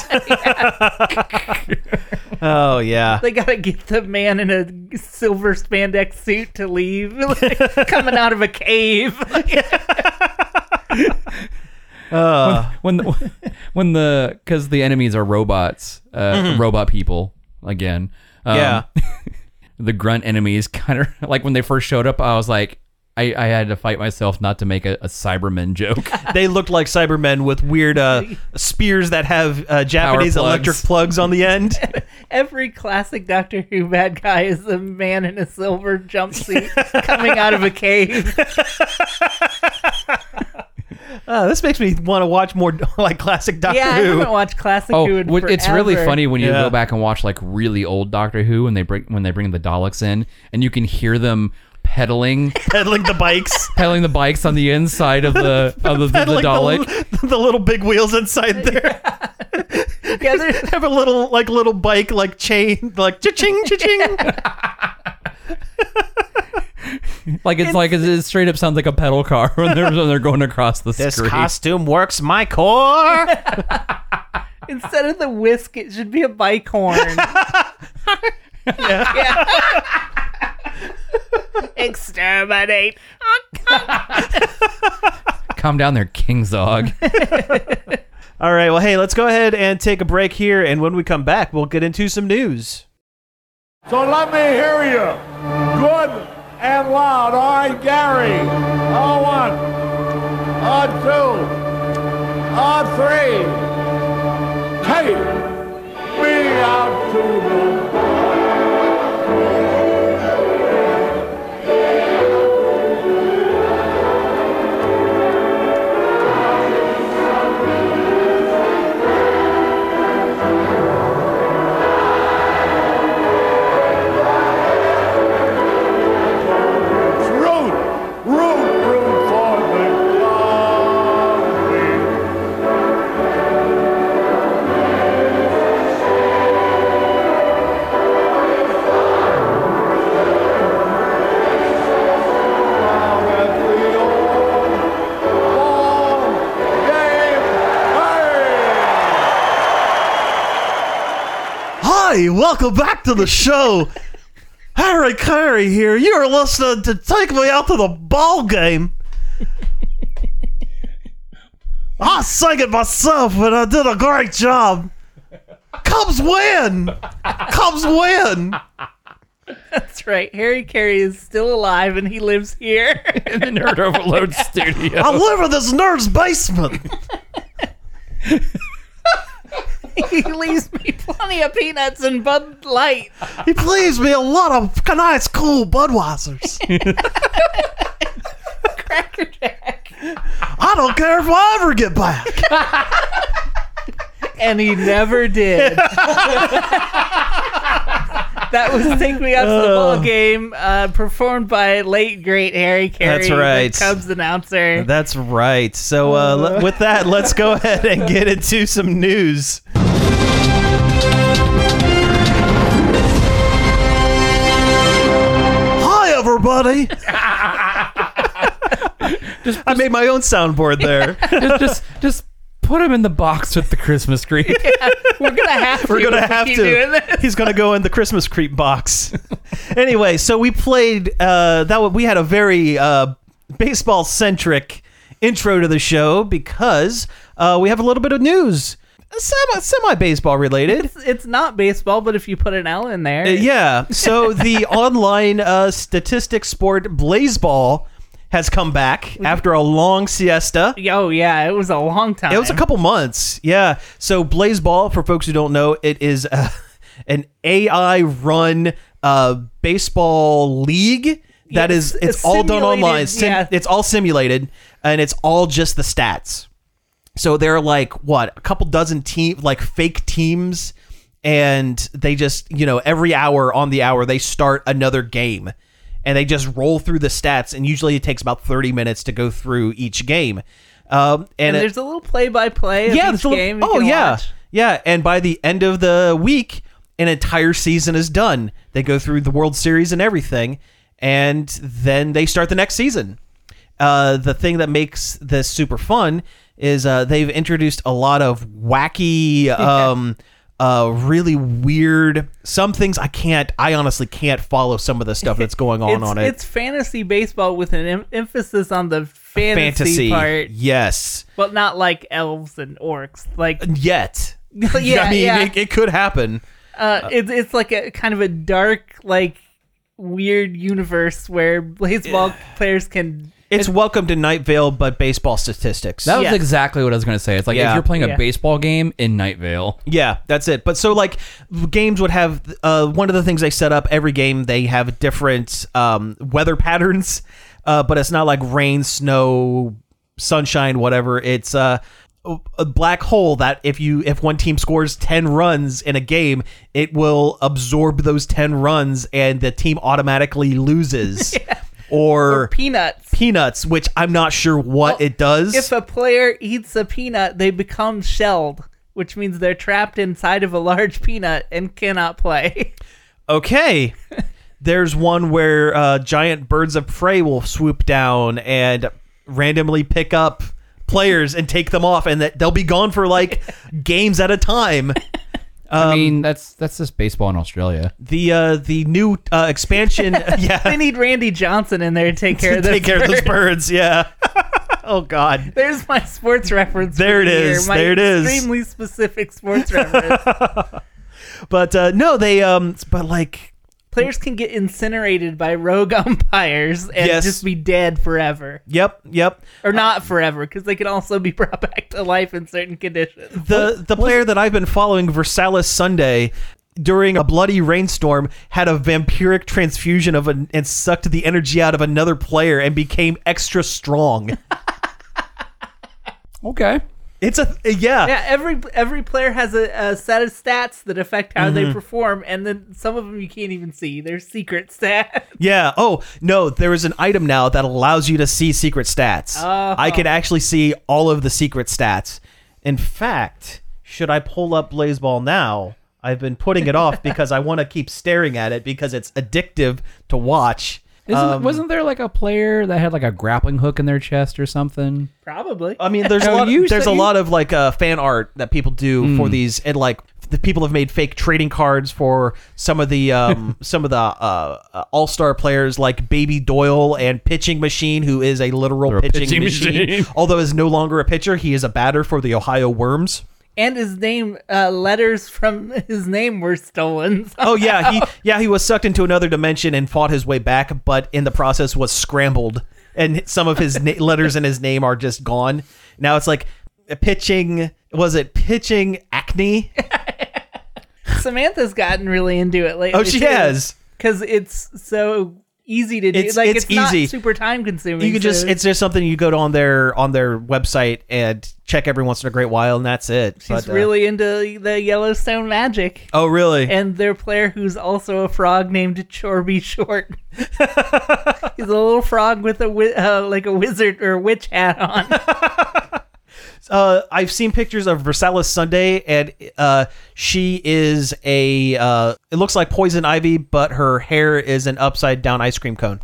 Speaker 3: oh yeah.
Speaker 2: They gotta get the man in a silver spandex suit to leave, like, coming out of a cave.
Speaker 4: when the when the because the enemies are robots, uh, robot people again. Um,
Speaker 3: Mm-hmm. Yeah.
Speaker 4: the grunt enemies kind of like when they first showed up, I was like, I, I had to fight myself not to make a, a Cybermen joke.
Speaker 3: They looked like Cybermen with weird uh, spears that have uh, Japanese
Speaker 4: plugs.
Speaker 3: electric plugs on the end.
Speaker 2: Every classic Doctor Who bad guy is a man in a silver jumpsuit coming out of a cave.
Speaker 3: Uh, this makes me want to watch more like classic Doctor
Speaker 2: Yeah, I
Speaker 3: Who.
Speaker 2: haven't watched classic
Speaker 4: Oh,
Speaker 2: Who in
Speaker 4: wh- it's really
Speaker 2: forever.
Speaker 4: funny when you
Speaker 3: Yeah.
Speaker 4: go back and watch like really old Doctor Who and they bring when they bring the Daleks in and you can hear them pedaling
Speaker 3: Pedaling the bikes,
Speaker 4: pedaling the bikes on the inside of the of the, the,
Speaker 3: pedaling
Speaker 4: Dalek.
Speaker 3: the, the little big wheels inside there.
Speaker 2: Yeah, there-
Speaker 3: have a little like little bike like chain like cha-ching cha-ching
Speaker 4: Like it's like it, it straight up sounds like a pedal car when they're, when they're going across the screen.
Speaker 3: costume works my core
Speaker 2: instead of the whisk, it should be a bike horn. Yeah. Exterminate.
Speaker 4: Calm down there, King Zog.
Speaker 3: all right well hey let's go ahead and take a break here and when we come back we'll get into some news
Speaker 6: So let me hear you. Good and loud. All right, Gary. A one. A two. A three. Take me out to the. Root, root, root for the glory. Now at the old ball game, hey!
Speaker 3: hi welcome back to the show harry carey here you're listening to take me out to the ball game I sang it myself, and I did a great job. Cubs win. Cubs win.
Speaker 2: That's right. Harry Carey is still alive and he lives here.
Speaker 4: in the Nerd Overload studio.
Speaker 3: I live in this nerd's basement.
Speaker 2: he leaves me plenty of peanuts and Bud Light.
Speaker 3: He plays me a lot of nice, cool Budweisers.
Speaker 2: Cracker Jack.
Speaker 3: I don't care if I ever get back.
Speaker 2: And he never did. that was Take Me Out to the
Speaker 3: Oh.
Speaker 2: Ball Game, uh, performed by late, great Harry Carey.
Speaker 3: That's
Speaker 2: the
Speaker 3: right.
Speaker 2: Cubs announcer.
Speaker 3: That's right. So, uh, le- with that, let's go ahead and get into some news. Hi, everybody. I made my own soundboard there.
Speaker 4: just, just, just put him in the box with the Christmas tree.
Speaker 2: We're going to have to.
Speaker 3: We're gonna
Speaker 2: if we
Speaker 3: have
Speaker 2: keep
Speaker 3: to.
Speaker 2: Doing this.
Speaker 3: He's gonna go in the Christmas creep box. anyway, so we played. Uh, that wa- we had a very uh, baseball centric intro to the show because uh, we have a little bit of news, semi semi baseball related.
Speaker 2: It's not baseball, but if you put an L in there,
Speaker 3: Uh, yeah. So the online uh, statistics sport Blazeball has come back after a long siesta.
Speaker 2: Oh yeah, it was a long time.
Speaker 3: It was a couple months. Yeah. So Blaze Ball, for folks who don't know, it is uh, an AI run uh, baseball league that
Speaker 2: Yeah, it's-
Speaker 3: is it's
Speaker 2: it's
Speaker 3: all done
Speaker 2: simulated,
Speaker 3: online. Sim-
Speaker 2: yeah.
Speaker 3: It's all simulated and it's all just the stats. So there are like what a couple dozen team like fake teams, and they just you know every hour on the hour they start another game, and they just roll through the stats. And usually it takes about thirty minutes to go through each game. Um, and
Speaker 2: And
Speaker 3: it-
Speaker 2: there's a little play-by-play of
Speaker 3: yeah,
Speaker 2: each
Speaker 3: it's a little-
Speaker 2: game. you
Speaker 3: oh
Speaker 2: can
Speaker 3: yeah,
Speaker 2: watch.
Speaker 3: yeah. And by the end of the week, an entire season is done. They go through the World Series and everything, and then they start the next season. Uh, the thing that makes this super fun is uh, they've introduced a lot of wacky, um, uh, really weird. Some things I can't. I honestly can't follow some of the stuff that's going on
Speaker 2: It's,
Speaker 3: on it.
Speaker 2: it's fantasy baseball with an em- emphasis on the fantasy,
Speaker 3: fantasy,
Speaker 2: part,
Speaker 3: yes,
Speaker 2: but not like elves and orcs. Like
Speaker 3: Uh, yet.
Speaker 2: yeah,
Speaker 3: I mean,
Speaker 2: yeah.
Speaker 3: It, it could happen.
Speaker 2: uh, it's it's like a kind of a dark like weird universe where baseball players can.
Speaker 3: It's welcome to Night Vale, but baseball statistics.
Speaker 4: That was
Speaker 2: Yeah.
Speaker 4: exactly what I was going to say. It's like
Speaker 3: Yeah.
Speaker 4: if you're playing a
Speaker 2: Yeah.
Speaker 4: baseball game in Night Vale.
Speaker 3: yeah, that's it. But so like games would have uh, one of the things they set up every game. They have different um, weather patterns, uh, but it's not like rain, snow, sunshine, whatever. It's uh, a black hole that if you if one team scores ten runs in a game, it will absorb those ten runs, and the team automatically loses. Or,
Speaker 2: Peanuts.
Speaker 3: peanuts, which I'm not sure what
Speaker 2: Well,
Speaker 3: it does.
Speaker 2: If a player eats a peanut, they become shelled, which means they're trapped inside of a large peanut and cannot play.
Speaker 3: okay there's one where uh, giant birds of prey will swoop down and randomly pick up players and take them off and that they'll be gone for like games at a time
Speaker 4: I mean, that's that's just baseball in Australia.
Speaker 3: the uh, the new uh, expansion
Speaker 2: they
Speaker 3: yeah
Speaker 2: need Randy Johnson in there to take care of those.
Speaker 3: take care of those
Speaker 2: birds.
Speaker 3: birds yeah oh god
Speaker 2: There's my sports reference. for
Speaker 3: There it
Speaker 2: the year,
Speaker 3: is,
Speaker 2: My
Speaker 3: there it is.
Speaker 2: Extremely specific sports reference.
Speaker 3: but uh, no they um but like
Speaker 2: Players can get incinerated by rogue umpires and
Speaker 3: Yes. Uh,
Speaker 2: just be dead forever,
Speaker 3: yep yep
Speaker 2: or not forever, because they can also be brought back to life in certain conditions.
Speaker 3: the the player that I've been following, Versalis Sunday, during a bloody rainstorm, had a vampiric transfusion of an and sucked the energy out of another player and became extra strong.
Speaker 4: Okay.
Speaker 3: It's a yeah.
Speaker 2: Yeah, every every player has a, a set of stats that affect how
Speaker 3: Mm-hmm.
Speaker 2: they perform, and then some of them you can't even see. They're secret stats.
Speaker 3: Yeah. Oh no, there is an item now that allows you to see secret stats. I can actually see all of the secret stats. In fact, should I pull up Blazeball now? I've been putting it off because I want to keep staring at it because it's addictive to watch.
Speaker 4: Isn't, wasn't there like a player that had like a grappling hook in their chest or something?
Speaker 2: Probably.
Speaker 3: I mean, there's a
Speaker 4: No,
Speaker 3: lot.
Speaker 4: you Hmm.
Speaker 3: there's
Speaker 4: said
Speaker 3: a
Speaker 4: you-
Speaker 3: lot of like uh, fan art that people do for these, and like the people have made fake trading cards for some of the um, some of the uh, uh, all star players like Baby Doyle and Pitching Machine, who is a literal
Speaker 4: They're a
Speaker 3: pitching,
Speaker 4: pitching
Speaker 3: machine,
Speaker 4: machine.
Speaker 3: although is no longer a pitcher. He is a batter for the Ohio Worms.
Speaker 2: And his name, uh, letters from his name were stolen. So
Speaker 3: Oh yeah, he yeah he was sucked into another dimension and fought his way back, but in the process was scrambled, and some of his na- letters in his name are just gone. Now it's like uh, pitching. Was it pitching acne?
Speaker 2: Samantha's gotten really into it lately.
Speaker 3: Oh, she has.
Speaker 2: Because it's so easy to do.
Speaker 3: It's-
Speaker 2: like,
Speaker 3: it's
Speaker 2: it's, not
Speaker 3: easy.
Speaker 2: super time consuming.
Speaker 3: You can just
Speaker 2: so-
Speaker 3: it's just something you go to on their on their website and check every once in a great while, and that's it.
Speaker 2: She's
Speaker 3: But, uh,
Speaker 2: really into the Yellowstone magic.
Speaker 3: oh really
Speaker 2: and their player who's also a frog named Chorby Short. He's a little frog with a wi- uh, like a wizard or witch hat on.
Speaker 3: uh, I've seen pictures of Versailles Sunday, and uh, she is a. Uh, it looks like poison ivy, but her hair is an upside down ice cream cone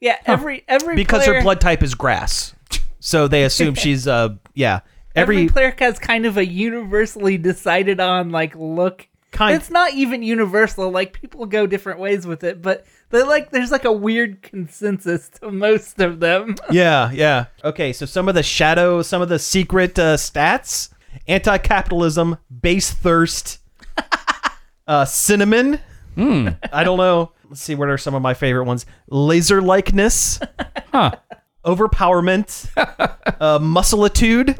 Speaker 2: Yeah, every every
Speaker 3: because
Speaker 2: player,
Speaker 3: her blood type is grass. So they assume she's. Uh, yeah,
Speaker 2: every,
Speaker 3: every,
Speaker 2: player has kind of a universally decided on like look.
Speaker 3: Kind-
Speaker 2: It's not even universal. Like people go different ways with it, but they like there's like a weird consensus to most of them.
Speaker 3: yeah, yeah. Okay, so some of the shadow, some of the secret uh, stats: anti-capitalism, base thirst, uh, cinnamon.
Speaker 2: Hmm.
Speaker 3: I don't know. Let's see. What are some of my favorite ones? Laser likeness.
Speaker 4: Huh.
Speaker 3: Overpowerment. uh, muscleitude.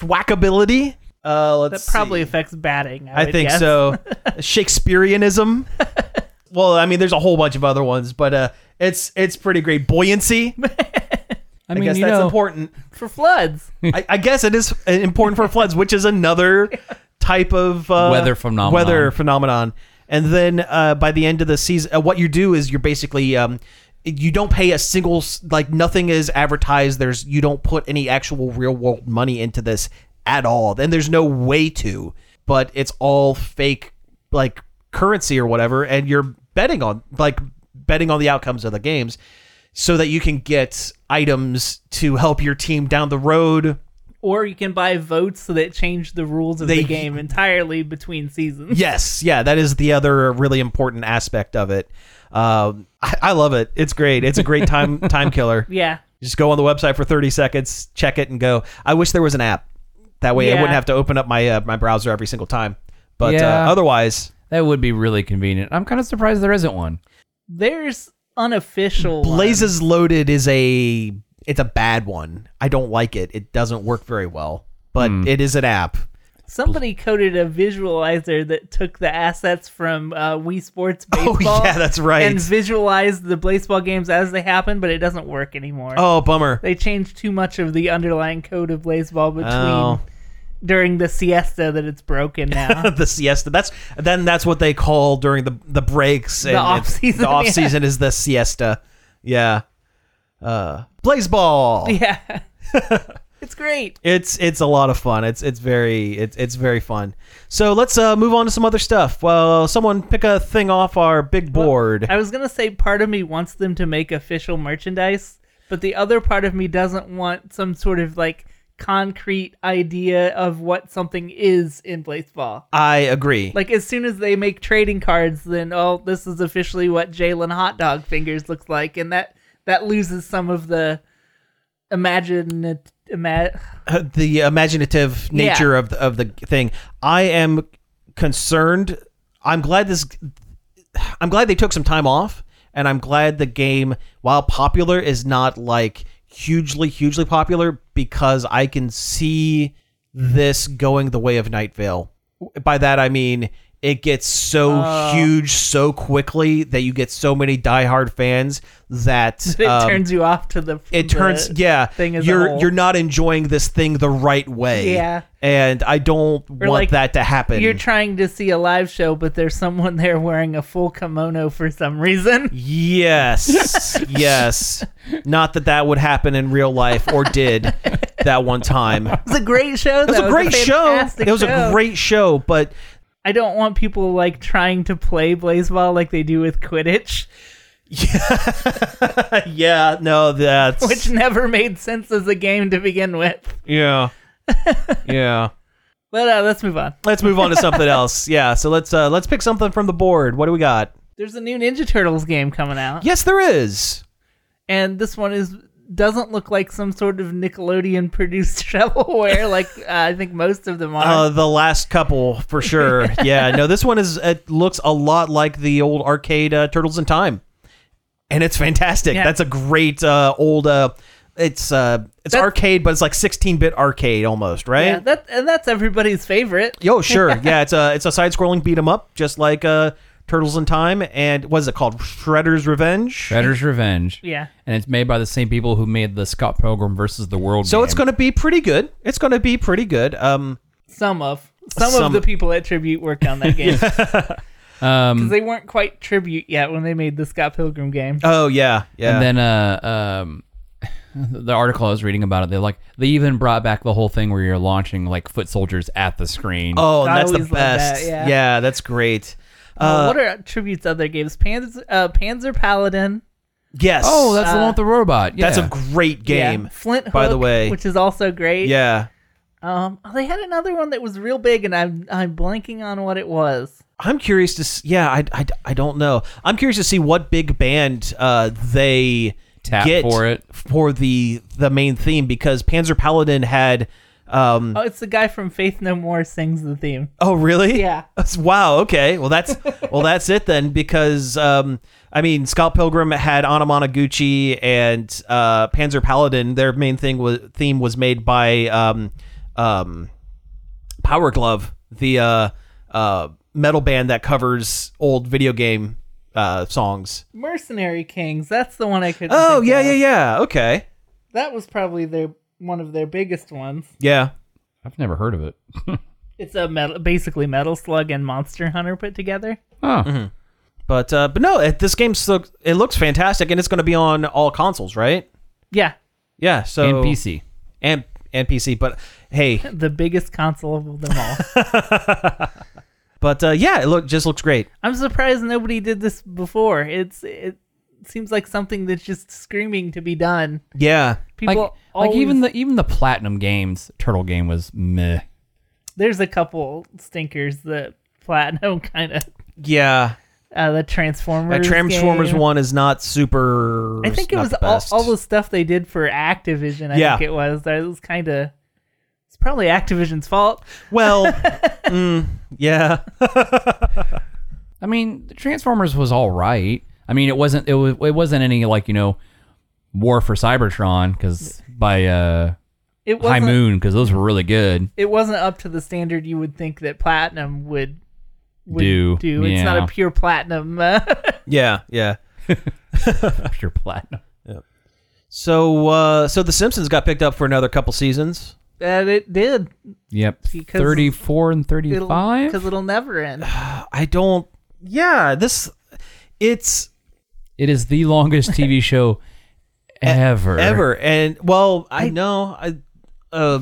Speaker 3: thwackability. Uh, let's
Speaker 2: That probably
Speaker 3: see.
Speaker 2: affects batting. I,
Speaker 3: I
Speaker 2: would
Speaker 3: think
Speaker 2: guess.
Speaker 3: so. Shakespeareanism. well, I mean, there's a whole bunch of other ones, but uh, it's it's pretty great. Buoyancy.
Speaker 4: I
Speaker 3: I,
Speaker 4: mean,
Speaker 3: guess
Speaker 4: you
Speaker 3: that's
Speaker 4: know,
Speaker 3: important.
Speaker 2: For floods,
Speaker 3: I, I guess it is uh, important for floods, which is another type of uh,
Speaker 4: Weather phenomenon.
Speaker 3: Weather phenomenon. And then uh, by the end of the season, uh, what you do is you're basically um, you don't pay a single s- like nothing is advertised. There's you don't put any actual real world money into this at all. Then there's no way to, but it's all fake like currency or whatever, and you're betting on like betting on the outcomes of the games so that you can get items to help your team down the road.
Speaker 2: or you can buy votes that change the rules of
Speaker 3: They-
Speaker 2: the game entirely between seasons.
Speaker 3: Yes, yeah, that is the other really important aspect of it. Um, I, I love it. It's great. It's a great time time killer.
Speaker 2: Yeah.
Speaker 3: Just go on the website for thirty seconds, check it, and go. I wish there was an app. That way, I
Speaker 2: Yeah.
Speaker 3: wouldn't have to open up my uh, my browser every single time. But
Speaker 4: Yeah.
Speaker 3: uh, otherwise,
Speaker 4: that would be really convenient. I'm kind of surprised there isn't one.
Speaker 2: There's unofficial ones.
Speaker 3: Blazes Loaded is a it's a bad one. I don't like it. It doesn't work very well, but
Speaker 2: Hmm.
Speaker 3: it is an app.
Speaker 2: Somebody coded a visualizer that took the assets from uh, Wii Sports
Speaker 3: Oh,
Speaker 2: Baseball.
Speaker 3: yeah, that's right.
Speaker 2: And visualized the baseball games as they happen, but it doesn't work anymore.
Speaker 3: Oh, bummer.
Speaker 2: They changed too much of the underlying code of baseball between
Speaker 3: Oh.
Speaker 2: during the siesta that it's broken now.
Speaker 3: the siesta. That's then that's what they call during the the breaks and
Speaker 2: off-season,
Speaker 3: The off
Speaker 2: yeah.
Speaker 3: season is the siesta. Yeah. Uh Blaze ball.
Speaker 2: yeah. it's great.
Speaker 3: It's it's a lot of fun. It's it's very it's it's very fun. So let's uh move on to some other stuff. Well, someone pick a thing off our big board.
Speaker 2: I was gonna say part of me wants them to make official merchandise, but the other part of me doesn't want some sort of like concrete idea of what something is in baseball.
Speaker 3: I agree.
Speaker 2: Like as soon as they make trading cards, then oh, this is officially what Jalen Hot Dog Fingers looks like, and that that loses some of the imagine ima-
Speaker 3: the imaginative
Speaker 2: Yeah.
Speaker 3: nature of the, of the thing. I am concerned. I'm glad this. I'm glad they took some time off, and I'm glad the game, while popular, is not like hugely hugely popular because I can see this going the way of Night Vale. By that I mean it gets so
Speaker 2: Oh.
Speaker 3: huge so quickly that you get so many diehard fans that
Speaker 2: it
Speaker 3: um,
Speaker 2: turns you off to the
Speaker 3: it
Speaker 2: the
Speaker 3: turns yeah
Speaker 2: thing as a
Speaker 3: you're
Speaker 2: whole.
Speaker 3: you're not enjoying this thing the right way
Speaker 2: Yeah.
Speaker 3: and i don't want
Speaker 2: like,
Speaker 3: that to happen
Speaker 2: You're trying to see a live show, but there's someone there wearing a full kimono for some reason.
Speaker 3: yes yes not that that would happen in real life or did that one time it
Speaker 2: It was a great show. It
Speaker 3: was a great show it was a great show but
Speaker 2: I don't want people like trying to play Blazeball like they do with Quidditch,
Speaker 3: yeah no that's
Speaker 2: which never made sense as a game to begin with.
Speaker 3: yeah yeah
Speaker 2: But uh, let's move on.
Speaker 3: Let's move on to something else. Yeah, so let's uh, let's pick something from the board. What do we got?
Speaker 2: There's a new Ninja Turtles game coming out,
Speaker 3: Yes, there is.
Speaker 2: and this one is doesn't look like some sort of Nickelodeon produced shovelware like uh, I think most of them are.
Speaker 3: Uh, the last couple for sure. yeah, no, this one is it looks a lot like the old arcade uh, Turtles in Time, and it's fantastic.
Speaker 2: Yeah.
Speaker 3: That's a great uh, old. Uh, it's uh, it's
Speaker 2: That's-
Speaker 3: arcade, but it's like 16-bit arcade almost, right?
Speaker 2: yeah, that and that's everybody's favorite.
Speaker 3: Yo, sure. Yeah, it's a it's a side-scrolling beat 'em up, just like uh, Turtles in Time, and what is it called? Shredder's Revenge.
Speaker 4: Shredder's Revenge.
Speaker 2: Yeah.
Speaker 4: And it's made by the same people who made the Scott Pilgrim versus the World.
Speaker 3: So it's
Speaker 4: game.
Speaker 3: going to be pretty good. It's going to be pretty good. Um,
Speaker 2: Some of some,
Speaker 3: Some-
Speaker 2: of the people at Tribute worked on that game because they weren't quite Tribute yet when they made the Scott Pilgrim game.
Speaker 3: oh yeah, yeah.
Speaker 4: And then uh, um, the article I was reading about it, they like they even brought back the whole thing where you're launching like foot soldiers at the screen.
Speaker 3: oh,
Speaker 2: I
Speaker 3: and that's the
Speaker 2: always love that,
Speaker 3: best.
Speaker 2: yeah.
Speaker 3: yeah. that's great.
Speaker 2: Uh,
Speaker 3: Uh,
Speaker 2: what are Tribute's other games? Panzer uh, Panzer Paladin.
Speaker 3: yes.
Speaker 4: Oh, that's the one with the robot. Yeah.
Speaker 3: that's a great game.
Speaker 2: Yeah. Flint Hook,
Speaker 3: by the way.
Speaker 2: which is also great.
Speaker 3: yeah.
Speaker 2: Um, oh, they had another one that was real big, and I'm I'm blanking on what it was.
Speaker 3: I'm curious to. s- Yeah, I, I, I don't know. I'm curious to see what big band uh, they
Speaker 4: Tap
Speaker 3: get
Speaker 4: for it.
Speaker 3: for the the main theme because Panzer Paladin had. Um,
Speaker 2: Oh, it's the guy from Faith No More sings the theme.
Speaker 3: Oh, really?
Speaker 2: Yeah.
Speaker 3: That's- wow. Okay. Well, that's well, that's it then, because um, I mean, Scott Pilgrim had Anamanaguchi and uh, Panzer Paladin. Their main thing was theme was made by um, um, Power Glove, the uh, uh, metal band that covers old video game uh, songs.
Speaker 2: Mercenary Kings. That's the one I could.
Speaker 3: Oh, yeah, yeah, yeah. Okay.
Speaker 2: That was probably their one of their biggest ones.
Speaker 3: Yeah.
Speaker 4: I've never heard of it.
Speaker 2: It's a metal, basically Metal Slug and Monster Hunter put together.
Speaker 4: Oh,
Speaker 3: Mm-hmm. But uh, but no, it, this game so, it looks fantastic, and it's going to be on all consoles, right?
Speaker 2: Yeah,
Speaker 3: Yeah. So
Speaker 4: and PC.
Speaker 3: and and PC. But hey,
Speaker 2: the biggest console of them all.
Speaker 3: but uh, yeah, it look just looks great.
Speaker 2: I'm surprised nobody did this before. It's it seems like something that's just screaming to be done.
Speaker 3: Yeah,
Speaker 2: People
Speaker 4: Like, like
Speaker 2: always-
Speaker 4: even the even the platinum games turtle game was meh.
Speaker 2: there's a couple stinkers that platinum kind of
Speaker 3: yeah.
Speaker 2: uh, the Transformers.
Speaker 3: That Transformers
Speaker 2: game.
Speaker 3: one is not super.
Speaker 2: I think it
Speaker 3: not
Speaker 2: was
Speaker 3: the
Speaker 2: all,
Speaker 3: best.
Speaker 2: all the stuff they did for Activision. I
Speaker 3: Yeah.
Speaker 2: think it was. That was kind of. It's probably Activision's fault.
Speaker 3: Well, mm, yeah,
Speaker 4: I mean, the Transformers was all right. I mean, it wasn't it, was, it wasn't any like you know War for Cybertron because by uh,
Speaker 2: It
Speaker 4: High
Speaker 2: wasn't.
Speaker 4: Moon because those were really good.
Speaker 2: It wasn't up to the standard you would think that platinum would. would
Speaker 4: Do,
Speaker 2: do it's not
Speaker 4: yeah.
Speaker 2: a pure platinum uh,
Speaker 3: yeah, yeah.
Speaker 4: Pure platinum.
Speaker 3: So, uh, so the Simpsons got picked up for another couple seasons.
Speaker 2: and it did
Speaker 4: Yep,
Speaker 2: Because
Speaker 4: thirty four and thirty
Speaker 2: because
Speaker 4: five.
Speaker 2: it'll, never end
Speaker 3: I don't. Yeah, this it's
Speaker 4: It is the longest TV show ever.
Speaker 3: E-, ever and well, I, know. I uh,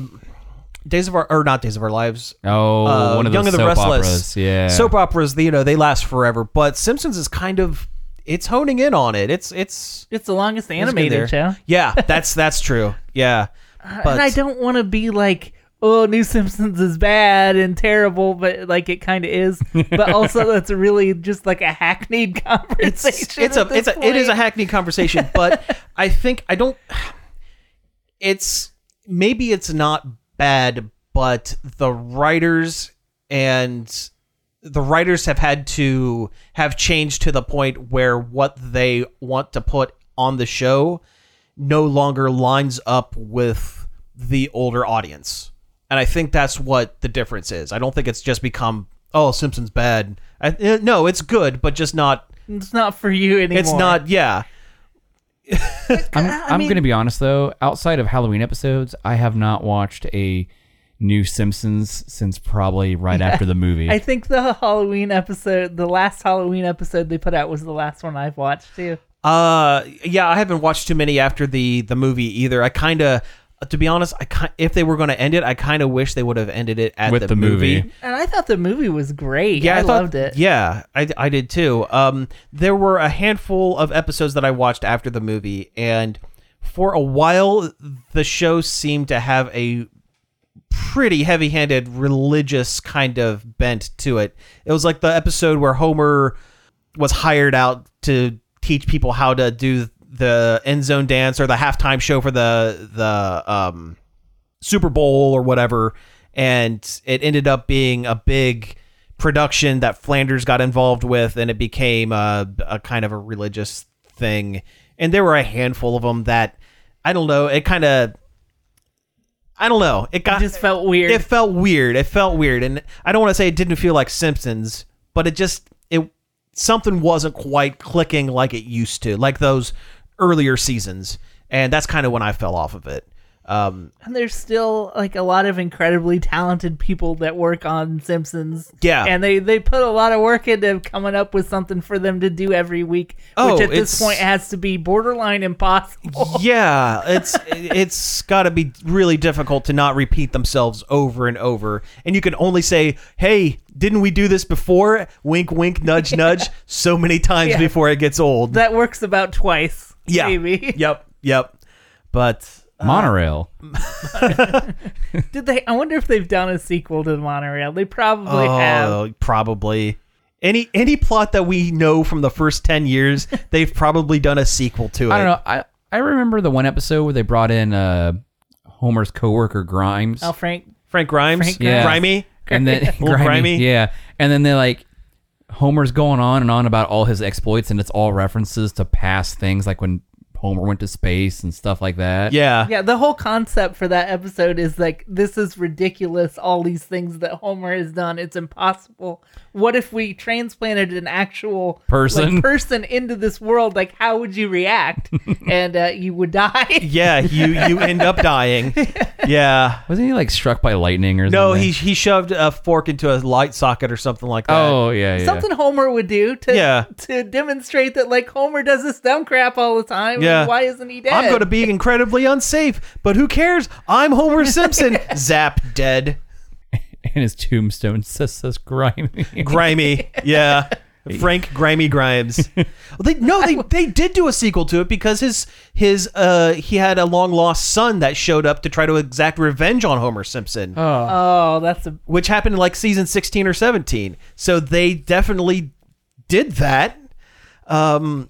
Speaker 3: Days of Our or not Days of Our Lives.
Speaker 4: Oh,
Speaker 3: uh,
Speaker 4: one of
Speaker 3: Young
Speaker 4: those
Speaker 3: and the
Speaker 4: soap
Speaker 3: Restless.
Speaker 4: operas. Yeah.
Speaker 3: Soap operas, you know, they last forever, but Simpsons is kind of it's honing in on it. It's it's
Speaker 2: it's the longest
Speaker 3: it's good there.
Speaker 2: animated show
Speaker 3: Yeah, that's that's true. Yeah. But
Speaker 2: and I don't want to be like, oh, New Simpsons is bad and terrible, but like it kind of is. But also, that's really just like a hackneyed conversation.
Speaker 3: it's, it's a
Speaker 2: at this
Speaker 3: it's a it is a
Speaker 2: point.
Speaker 3: hackneyed conversation, but I think I don't it's maybe it's not bad, but the writers and the writers have had to have changed to the point where what they want to put on the show no longer lines up with the older audience. And I think that's what the difference is. I don't think it's just become oh Simpsons bad. I, eh, no, it's good, but just not.
Speaker 2: It's not for you anymore.
Speaker 3: It's not. Yeah,
Speaker 4: I'm, I'm going to be honest though. Outside of Halloween episodes, I have not watched a new Simpsons since probably right after the movie.
Speaker 2: I think the Halloween episode, the last Halloween episode they put out, was the last one I've watched too.
Speaker 3: Uh, yeah, I haven't watched too many after the the movie either. I kind of, to be honest, I ki- if they were going to end it, I kind of wish they would have ended it at
Speaker 4: With the movie.
Speaker 2: And I thought the movie was great.
Speaker 3: Yeah,
Speaker 2: I,
Speaker 3: thought-
Speaker 2: loved it.
Speaker 3: Yeah, I, I did too. Um, there were a handful of episodes that I watched after the movie, and for a while, the show seemed to have a pretty heavy-handed religious kind of bent to it. It was like the episode where Homer was hired out to teach people how to do the end zone dance or the halftime show for the the um, Super Bowl or whatever, and it ended up being a big production that Flanders got involved with, and it became a, a kind of a religious thing. And there were a handful of them that I don't know. It kind of I don't know. It got
Speaker 2: just felt weird.
Speaker 3: It felt weird. It felt weird, and I don't want to say it didn't feel like Simpsons, but it just it something wasn't quite clicking like it used to, like those earlier seasons, and that's kind of when I fell off of it. Um,
Speaker 2: And there's still like a lot of incredibly talented people that work on Simpsons.
Speaker 3: Yeah.
Speaker 2: and they they put a lot of work into coming up with something for them to do every week,
Speaker 3: Oh,
Speaker 2: which at
Speaker 3: it's-
Speaker 2: this point has to be borderline impossible.
Speaker 3: yeah, it's it's got to be really difficult to not repeat themselves over and over, and you can only say, "Hey, didn't we do this before?" Wink, wink, nudge, nudge, so many times
Speaker 2: Yeah.
Speaker 3: before it gets old.
Speaker 2: that works about twice.
Speaker 3: yeah,
Speaker 2: maybe.
Speaker 3: yep, yep. But
Speaker 4: Monorail.
Speaker 2: Did they? I wonder if they've done a sequel to Monorail. They probably have.
Speaker 3: Oh, probably. Any any plot that we know from the first ten years, they've probably done a sequel to it.
Speaker 4: I don't know. I I remember the one episode where they brought in uh, Homer's coworker Grimes.
Speaker 2: Oh, Frank.
Speaker 3: Frank Grimes,
Speaker 2: Frank
Speaker 4: Yeah.
Speaker 3: Grimy.
Speaker 4: and then
Speaker 3: Little
Speaker 4: grimy,
Speaker 3: grimy.
Speaker 4: yeah. And then they like Homer's going on and on about all his exploits, and it's all references to past things, like when Homer went to space and stuff like that.
Speaker 3: Yeah.
Speaker 2: Yeah, the whole concept for that episode is like this is ridiculous. All these things that Homer has done, it's impossible. What if we transplanted an actual
Speaker 4: Person.
Speaker 2: like, person into this world? Like, how would you react? and uh, you would die.
Speaker 3: yeah, You you end up dying. Yeah.
Speaker 4: Wasn't he like struck by lightning or
Speaker 3: No,
Speaker 4: something?
Speaker 3: he he shoved a fork into a light socket or something like that.
Speaker 4: Oh yeah, yeah.
Speaker 2: Something Homer would do to
Speaker 3: Yeah.
Speaker 2: to demonstrate that like Homer does this dumb crap all the time.
Speaker 3: Yeah.
Speaker 2: Why isn't he dead?
Speaker 3: I'm going to be incredibly unsafe, but who cares? I'm Homer Simpson. Zap dead.
Speaker 4: And his tombstone says says grimy.
Speaker 3: Grimy. Yeah. Frank Grimy Grimes. Well, they, no, they, they did do a sequel to it because his his uh he had a long lost son that showed up to try to exact revenge on Homer Simpson,
Speaker 2: oh, that's a
Speaker 3: which happened in like season sixteen or seventeen. So they definitely did that.
Speaker 2: remember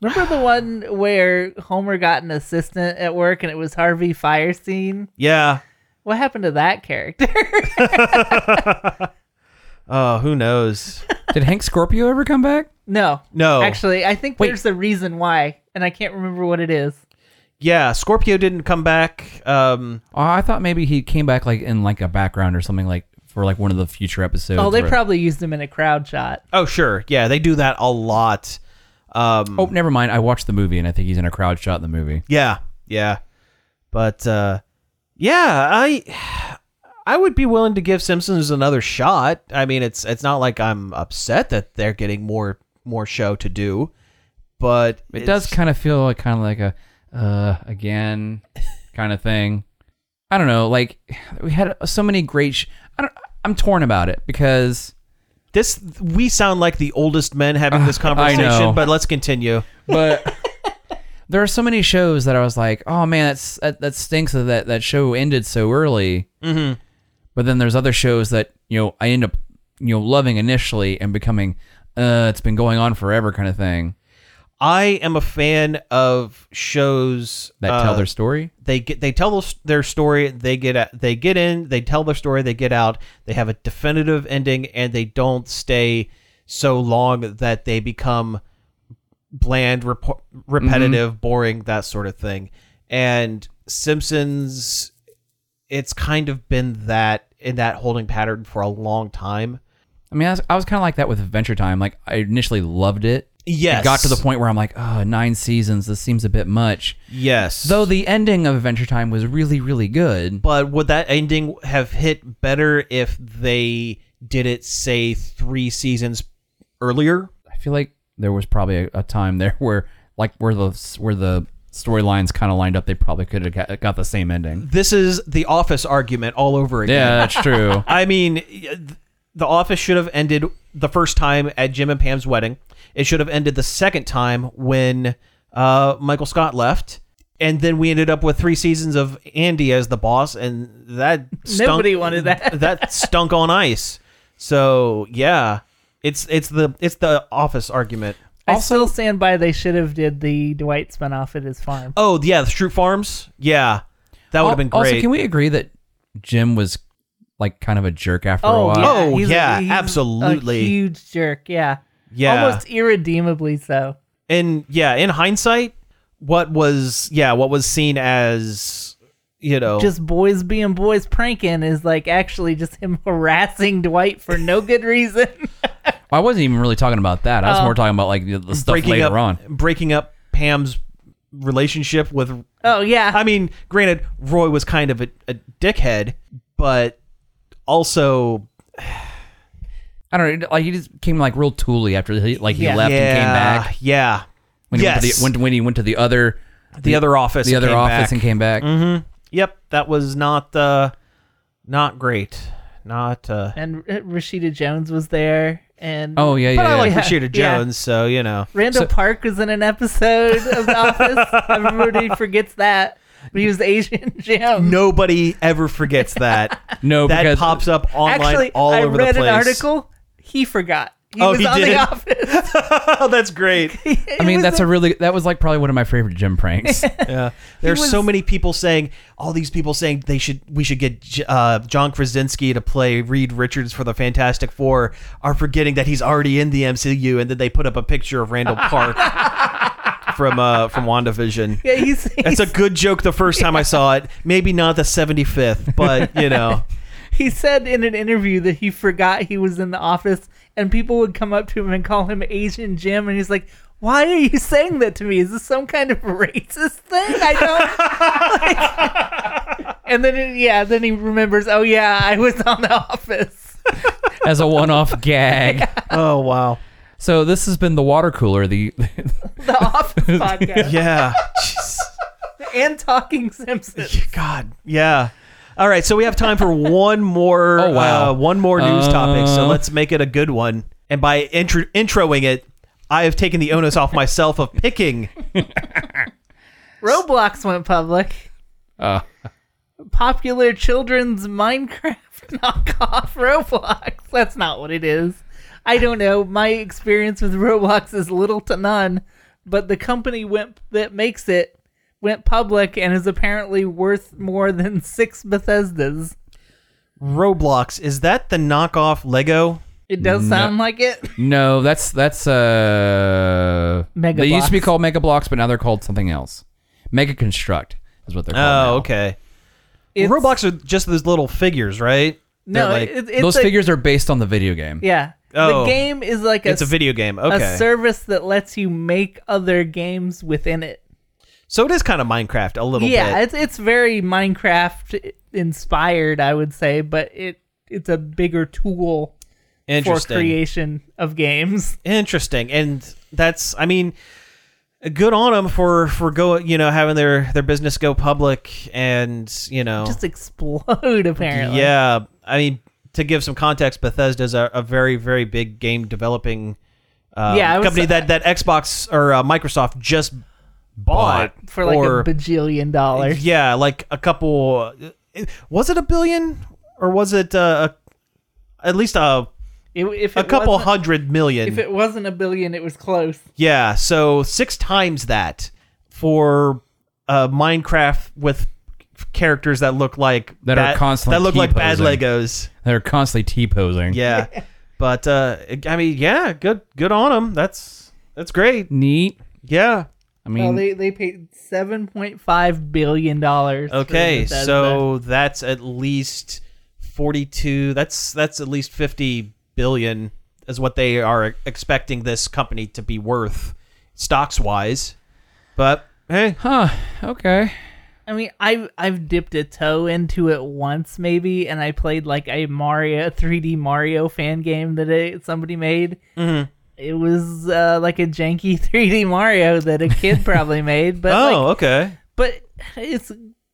Speaker 2: the one where Homer got an assistant at work and it was Harvey Firestein.
Speaker 3: Yeah.
Speaker 2: What happened to that character?
Speaker 3: Oh, who knows?
Speaker 4: Did Hank Scorpio ever come back?
Speaker 2: No.
Speaker 3: No.
Speaker 2: Actually, I think
Speaker 4: Wait.
Speaker 2: there's a reason why, and I can't remember what it is.
Speaker 3: Yeah, Scorpio didn't come back. Um,
Speaker 4: Oh, I thought maybe he came back like in like a background or something like for like one of the future episodes.
Speaker 2: Oh, they
Speaker 4: where-
Speaker 2: probably used him in a crowd shot.
Speaker 3: oh, sure. Yeah, they do that a lot. Um,
Speaker 4: Oh, never mind. I watched the movie and I think he's in a crowd shot in the movie.
Speaker 3: Yeah, yeah. But uh yeah, I I would be willing to give Simpsons another shot. I mean, it's it's not like I'm upset that they're getting more more show to do, but
Speaker 4: It does
Speaker 3: it's-
Speaker 4: kind of feel like kind of like a uh again kind of thing. I don't know. Like we had so many great. Sh- I don't. I'm torn about it because.
Speaker 3: this we sound like the oldest men having this conversation,
Speaker 4: know.
Speaker 3: but let's continue.
Speaker 4: But there are so many shows that I was like, oh man, that's that, that stinks that that that show ended so early. Mm-hmm. But then there's other shows that you know I end up you know loving initially and becoming, uh, it's been going on forever kind of thing
Speaker 3: I am a fan of shows
Speaker 4: that tell
Speaker 3: uh,
Speaker 4: their story.
Speaker 3: they get they tell those- their story they get they get in they tell their story they get out they have a definitive ending and they don't stay so long that they become bland rep- repetitive
Speaker 4: Mm-hmm.
Speaker 3: boring that sort of thing and simpsons it's kind of been that in that holding pattern for a long time
Speaker 4: I mean, I was, I was kind of like that with Adventure Time. Like I initially loved it.
Speaker 3: yes
Speaker 4: It got to the point where I'm like, oh, nine seasons. This seems a bit much.
Speaker 3: yes
Speaker 4: Though the ending of Adventure Time was really, really good.
Speaker 3: But would that ending have hit better if they did it, say, three seasons earlier?
Speaker 4: I feel like there was probably a, a time there where, like, where the where the storylines kind of lined up, they probably could have got, got the same ending.
Speaker 3: This is the Office argument all over again.
Speaker 4: Yeah, that's true.
Speaker 3: I mean, y- the Office should have ended the first time at Jim and Pam's wedding. It should have ended the second time when uh, Michael Scott left. and then we ended up with three seasons of Andy as the boss, and that stunk,
Speaker 2: Nobody wanted that.
Speaker 3: that stunk on ice. So yeah, it's it's the it's the office argument.
Speaker 2: I still stand by they should have did the Dwight spinoff at his farm.
Speaker 3: Oh yeah, the Stroop Farms. Yeah, that would have been
Speaker 4: Also,
Speaker 3: great.
Speaker 4: can we agree that Jim was like kind of a jerk after a
Speaker 2: Oh,
Speaker 4: while?
Speaker 2: yeah.
Speaker 3: Oh,
Speaker 2: he's a-
Speaker 3: yeah,
Speaker 2: he's
Speaker 3: absolutely.
Speaker 2: A huge jerk, yeah.
Speaker 3: Yeah.
Speaker 2: Almost irredeemably so.
Speaker 3: and yeah, in hindsight, what was yeah what was seen as you know
Speaker 2: Just boys being boys pranking is like actually just him harassing Dwight for no good reason.
Speaker 4: I wasn't even really talking about that. I
Speaker 2: Oh.
Speaker 4: was more talking about like the, the stuff
Speaker 3: breaking
Speaker 4: later
Speaker 3: up
Speaker 4: on.
Speaker 3: breaking up Pam's relationship with
Speaker 2: oh yeah.
Speaker 3: I mean, granted, Roy was kind of a, a dickhead, but also
Speaker 4: I don't know. Like he just came like real tooly after he like he
Speaker 2: Yeah.
Speaker 4: left and came
Speaker 3: yeah,
Speaker 4: back
Speaker 3: yeah,
Speaker 4: when he went to
Speaker 3: Yes.
Speaker 4: the when, when he went to the other
Speaker 3: the, other office,
Speaker 4: the other
Speaker 3: came
Speaker 4: office
Speaker 3: back.
Speaker 4: and came back.
Speaker 3: yep, that was not uh, not great, not. Uh,
Speaker 2: and R- Rashida Jones was there and
Speaker 4: Oh yeah, yeah.
Speaker 3: but I
Speaker 4: yeah.
Speaker 3: like
Speaker 2: Yeah,
Speaker 3: Rashida
Speaker 2: yeah.
Speaker 3: Jones, so you know.
Speaker 2: Randall Park was in an episode of The Office. Everybody forgets that. But he was Asian Jim.
Speaker 3: Nobody ever forgets that.
Speaker 4: no,
Speaker 3: that
Speaker 4: because
Speaker 3: pops up online
Speaker 2: Actually,
Speaker 3: all
Speaker 2: I
Speaker 3: over
Speaker 2: read
Speaker 3: the place.
Speaker 2: an article. He forgot. He
Speaker 3: Oh,
Speaker 2: was
Speaker 3: he
Speaker 2: on
Speaker 3: did?
Speaker 2: The Office.
Speaker 3: oh, that's great.
Speaker 4: I mean that's a really that was like probably one of my favorite gym pranks.
Speaker 3: Yeah. There's so
Speaker 2: was-
Speaker 3: many people saying all these people saying they should we should get J- uh, John Krasinski to play Reed Richards for the Fantastic Four are forgetting that he's already in the MCU and then they put up a picture of Randall Park from uh, from WandaVision.
Speaker 2: Yeah, he's, he's,
Speaker 3: That's a good joke the first time I saw it. Maybe not the 75th, but you know.
Speaker 2: he said in an interview that he forgot he was in the office and people would come up to him and call him Asian Jim and he's like, Why are you saying that to me? Is this some kind of racist thing? I don't like- And then it- yeah, then he remembers, Oh yeah, I was on the office.
Speaker 4: as a one-off gag.
Speaker 3: Oh wow.
Speaker 4: So this has been the water cooler. The
Speaker 2: The office podcast.
Speaker 3: Yeah. Jeez.
Speaker 2: And talking Simpsons.
Speaker 3: God. Yeah. All right, so we have time for one more
Speaker 4: Oh, wow.
Speaker 3: uh, one more news topic. So
Speaker 4: Uh.
Speaker 3: let's make it a good one. And by intro- introing it, I have taken the onus off myself of picking.
Speaker 2: Roblox went public.
Speaker 4: uh,
Speaker 2: popular children's Minecraft knockoff Roblox. That's not what it is. I don't know. My experience with Roblox is little to none, but the company went that makes it went public and is apparently worth more than six Bethesdas.
Speaker 3: Roblox is that the knockoff Lego?
Speaker 2: It does sound like it.
Speaker 4: no, that's that's uh
Speaker 2: Mega
Speaker 4: They used to be
Speaker 2: Blocks.
Speaker 4: called Mega Blocks, but now they're called something else. Mega Construct is what they're called. now.
Speaker 3: Oh, okay.
Speaker 2: It's,
Speaker 3: Roblox are just those little figures, right?
Speaker 2: No,
Speaker 3: They're like,
Speaker 2: it- it's
Speaker 4: Those
Speaker 2: a-
Speaker 4: figures are based on the video game.
Speaker 2: Yeah.
Speaker 3: Oh.
Speaker 2: the game is like a,
Speaker 3: it's a
Speaker 2: s-
Speaker 3: video game.
Speaker 2: a
Speaker 3: Okay,
Speaker 2: service that lets you make other games within it.
Speaker 3: so it is kind of Minecraft a little
Speaker 2: yeah,
Speaker 3: bit.
Speaker 2: it's it's very Minecraft inspired, I would say, but it it's a bigger tool for
Speaker 3: Interesting.
Speaker 2: creation of games.
Speaker 3: Interesting, and that's I mean, good on them for for go you know having their their business go public and you know
Speaker 2: Just explode apparently.
Speaker 3: Yeah, I mean to give some context, Bethesda's a, a very very big game developing uh,
Speaker 2: Yeah, I was-
Speaker 3: company that that Xbox or uh, Microsoft just bought
Speaker 4: Bought.
Speaker 2: for like
Speaker 3: or-
Speaker 2: a bajillion dollars.
Speaker 3: yeah, like a couple. Was it a billion or was it uh, a, at least a
Speaker 2: It- if
Speaker 3: a
Speaker 2: it
Speaker 3: couple
Speaker 2: wasn't-
Speaker 3: hundred million?
Speaker 2: If it wasn't a billion, it was close.
Speaker 3: Yeah, so six times that for uh, Minecraft with characters that look like
Speaker 4: That are constantly
Speaker 3: that look like bad
Speaker 4: T-posing.
Speaker 3: Legos.
Speaker 4: They're constantly T posing.
Speaker 3: Yeah, but uh, I mean, yeah, good, good on them. That's that's great.
Speaker 4: Neat.
Speaker 3: Yeah.
Speaker 2: Well,
Speaker 4: I
Speaker 3: Mm.
Speaker 4: mean,
Speaker 2: they they paid seven point five billion dollars. for
Speaker 3: Okay,
Speaker 2: Bethesda.
Speaker 3: so that's at least forty-two. That's that's at least fifty billion is what they are e-, expecting this company to be worth stocks wise. But hey,
Speaker 4: huh? Okay.
Speaker 2: I mean, I've I've dipped a toe into it once maybe, and I played like a Mario 3D Mario fan game that it, somebody made. Mm-hmm. It was uh, like a janky 3D Mario that a kid probably made, but
Speaker 3: oh,
Speaker 2: like,
Speaker 3: okay.
Speaker 2: but it's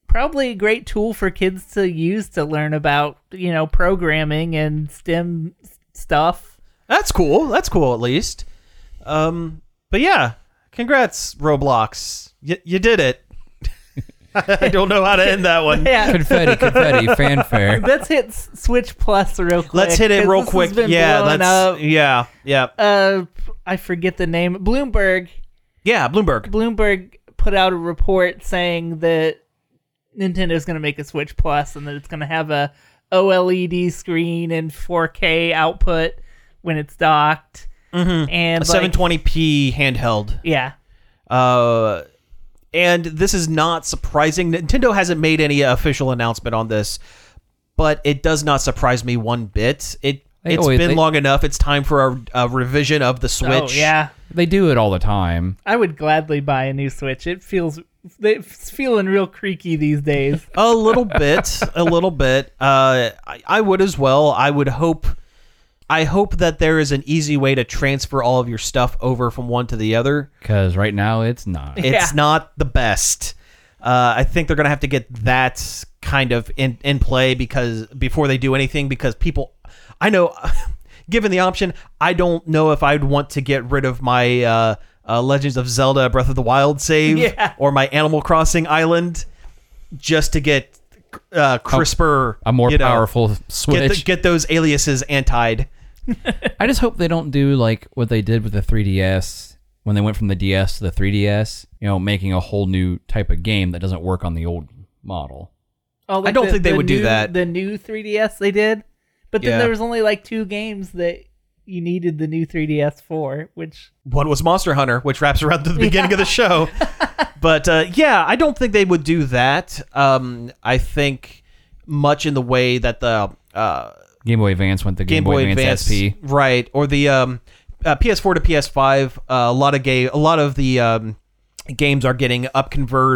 Speaker 2: probably a great tool for kids to use to learn about you know programming and STEM stuff.
Speaker 3: That's cool. That's cool at least. Um, but yeah, congrats Roblox. Y- you did it. I don't know how to end that one.
Speaker 2: Yeah.
Speaker 4: confetti, confetti, fanfare.
Speaker 2: Let's hit s- switch plus real quick.
Speaker 3: Let's hit it
Speaker 2: 'cause
Speaker 3: real
Speaker 2: this has
Speaker 3: quick.
Speaker 2: been
Speaker 3: Yeah,
Speaker 2: blowing
Speaker 3: that's
Speaker 2: up.
Speaker 3: yeah, yeah,
Speaker 2: Uh, I forget the name. Bloomberg.
Speaker 3: yeah. Bloomberg.
Speaker 2: Bloomberg put out a report saying that Nintendo's going to make a Switch Plus and that it's going to have a OLED screen and 4K output when it's docked. Mm-hmm. And
Speaker 3: A
Speaker 2: like-
Speaker 3: 720p handheld.
Speaker 2: Yeah.
Speaker 3: Uh, and this is not surprising. Nintendo hasn't made any official announcement on this, but it does not surprise me one bit. It
Speaker 4: They
Speaker 3: it's
Speaker 4: always-
Speaker 3: been
Speaker 4: they-
Speaker 3: long enough. It's time for a, a revision of the Switch.
Speaker 2: Oh yeah.
Speaker 4: They do it all the time.
Speaker 2: I would gladly buy a new Switch. It feels it's feeling real creaky these days.
Speaker 3: a little bit, a little bit. Uh, I, I would as well. I would hope. I hope that there is an easy way to transfer all of your stuff over from one to the other.
Speaker 4: Because right now it's not.
Speaker 3: It's
Speaker 2: Yeah.
Speaker 3: not the best. Uh, I think they're going to have to get that kind of in, in play because before they do anything, because people, I know, given the option, I don't know if I'd want to get rid of my uh, uh, Legends of Zelda Breath of the Wild save
Speaker 2: Yeah.
Speaker 3: or my Animal Crossing island just to get uh, crisper,
Speaker 4: a more
Speaker 3: you know,
Speaker 4: powerful
Speaker 3: Get,
Speaker 4: Switch.
Speaker 3: the, get those aliases antied.
Speaker 4: I just hope they don't do like what they did with the 3DS when they went from the DS to the 3DS, you know, making a whole new type of game that doesn't work on the old model.
Speaker 2: Oh,
Speaker 3: I don't think they would do
Speaker 2: new-
Speaker 3: that.
Speaker 2: The new 3DS they did, but then
Speaker 3: Yeah.
Speaker 2: there was only like two games that you needed the new 3DS for, which
Speaker 3: one was Monster Hunter, which wraps around to the beginning of the show. but uh, yeah, I don't think they would do that. Um, I think much in the way that the uh,
Speaker 4: Game Boy Advance went to
Speaker 3: Game
Speaker 4: Game,
Speaker 3: Boy, Advance,
Speaker 4: SP.
Speaker 3: right, or the um, uh, PS4 to PS5, uh, a lot of game, a lot of the um, games are getting up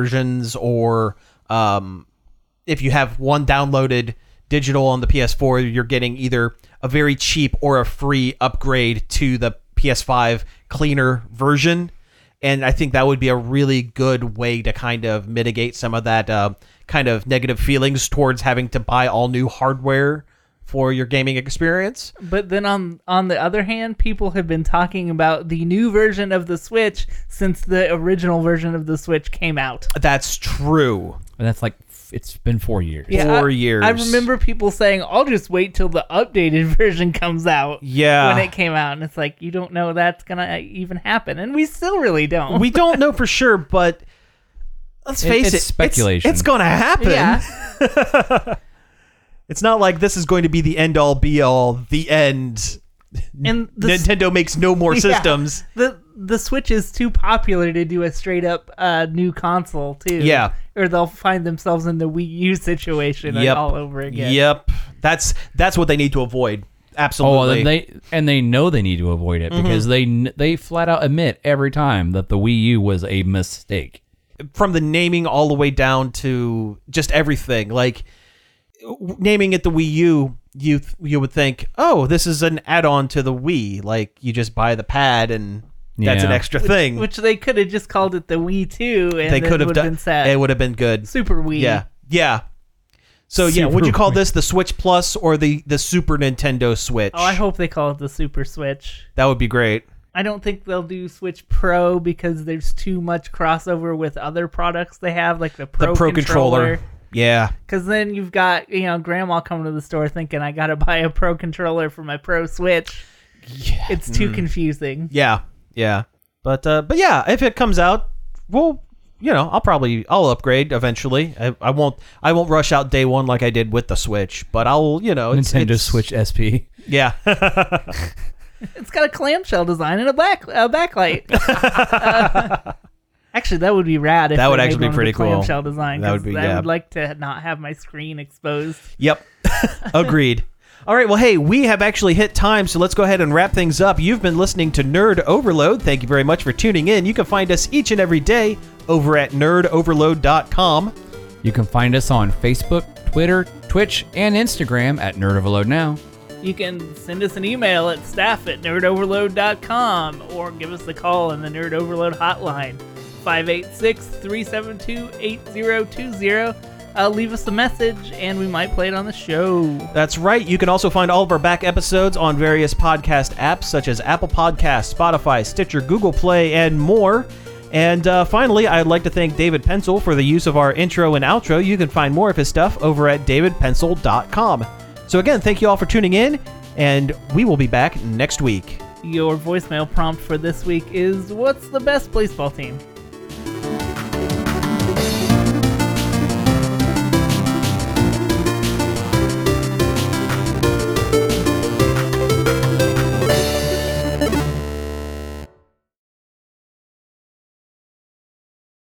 Speaker 3: conversions, or um, if you have one downloaded digital on the PS4, you're getting either a very cheap or a free upgrade to the PS5 cleaner version. And I think that would be a really good way to kind of mitigate some of that uh, kind of negative feelings towards having to buy all new hardware for your gaming experience.
Speaker 2: But then on on the other hand, people have been talking about the new version of the Switch since the original version of the Switch came out.
Speaker 3: That's true.
Speaker 4: And that's like, f- it's been four years.
Speaker 3: Four
Speaker 2: I,
Speaker 3: years.
Speaker 2: I remember people saying, "I'll just wait till the updated version comes out."
Speaker 3: Yeah.
Speaker 2: When it came out, and it's like you don't know that's gonna even happen, and we still really don't.
Speaker 3: we don't know for sure, but let's
Speaker 4: It-
Speaker 3: face
Speaker 4: it's
Speaker 3: it,
Speaker 4: speculation.
Speaker 3: It's, going to happen.
Speaker 2: yeah.
Speaker 3: It's not like this is going to be the end all be all, the end.
Speaker 2: And the s-
Speaker 3: Nintendo makes no more
Speaker 2: Yeah.
Speaker 3: systems.
Speaker 2: the the Switch is too popular to do a straight up uh, new console too.
Speaker 3: Yeah.
Speaker 2: Or they'll find themselves in the Wii U situation
Speaker 3: Yep.
Speaker 2: all over again.
Speaker 3: Yep. That's that's what they need to avoid. Absolutely. Mm-hmm.
Speaker 4: Oh, and they and they know they need to avoid it because they kn- they flat out admit every time that the Wii U was a mistake.
Speaker 3: From the naming all the way down to just everything. Like w- naming it the Wii U, you th- you would think, "Oh, this is an add-on to the Wii. Like you just buy the pad and that's an
Speaker 4: Yeah.
Speaker 3: extra thing."
Speaker 2: Which they could have just called it the Wii too, and
Speaker 3: they could have done
Speaker 2: been set.
Speaker 3: it would have been good.
Speaker 2: Super Wii.
Speaker 3: Yeah. Yeah. So yeah,
Speaker 4: Super
Speaker 3: would you call
Speaker 4: Wii.
Speaker 3: this the Switch Plus or the the Super Nintendo Switch?
Speaker 2: Oh, I hope they call it the Super Switch.
Speaker 3: that would be great.
Speaker 2: I don't think they'll do Switch Pro because there's too much crossover with other products they have, like the
Speaker 3: The
Speaker 2: Pro,
Speaker 3: Pro controller. Yeah.
Speaker 2: Because then you've got you know grandma coming to the store thinking I gotta buy a Pro controller for my Pro Switch. It's too
Speaker 3: Hmm.
Speaker 2: confusing.
Speaker 3: Yeah. Yeah. But uh but yeah, if it comes out, well, you know, I'll probably I'll upgrade eventually. I, I won't I won't rush out day 1 like I did with the Switch, but I'll, you know, it's,
Speaker 4: Nintendo
Speaker 3: it's-
Speaker 4: Switch SP.
Speaker 3: Yeah.
Speaker 2: It's got a clamshell design and a back a backlight. Uh, actually, that would be rad. If
Speaker 3: That would
Speaker 2: they made
Speaker 3: actually be
Speaker 2: one with
Speaker 3: pretty
Speaker 2: the
Speaker 3: cool.
Speaker 2: Clamshell design.
Speaker 3: That would
Speaker 2: 'cause
Speaker 3: be-
Speaker 2: I
Speaker 3: yeah.
Speaker 2: would like to not have my screen exposed.
Speaker 3: Yep. Agreed. All right, well, hey, we have actually hit time, so let's go ahead and wrap things up. You've been listening to Nerd Overload. Thank you very much for tuning in. You can find us each and every day over at nerdoverload.com.
Speaker 4: You can find us on Facebook, Twitter, Twitch, and Instagram at Nerd Overload Now.
Speaker 2: You can send us an email at staff at nerdoverload.com or give us a call on the Nerd Overload hotline, 586 372 8020. Uh, Leave us a message and we might play it on the show.
Speaker 3: That's right. You can also find all of our back episodes on various podcast apps such as Apple Podcasts, Spotify, Stitcher, Google Play, and more. And uh, finally, I'd like to thank David Pencil for the use of our intro and outro. You can find more of his stuff over at davidpencil.com. So, again, thank you all for tuning in, and we will be back next week.
Speaker 2: Your voicemail prompt for this week is What's the best baseball team?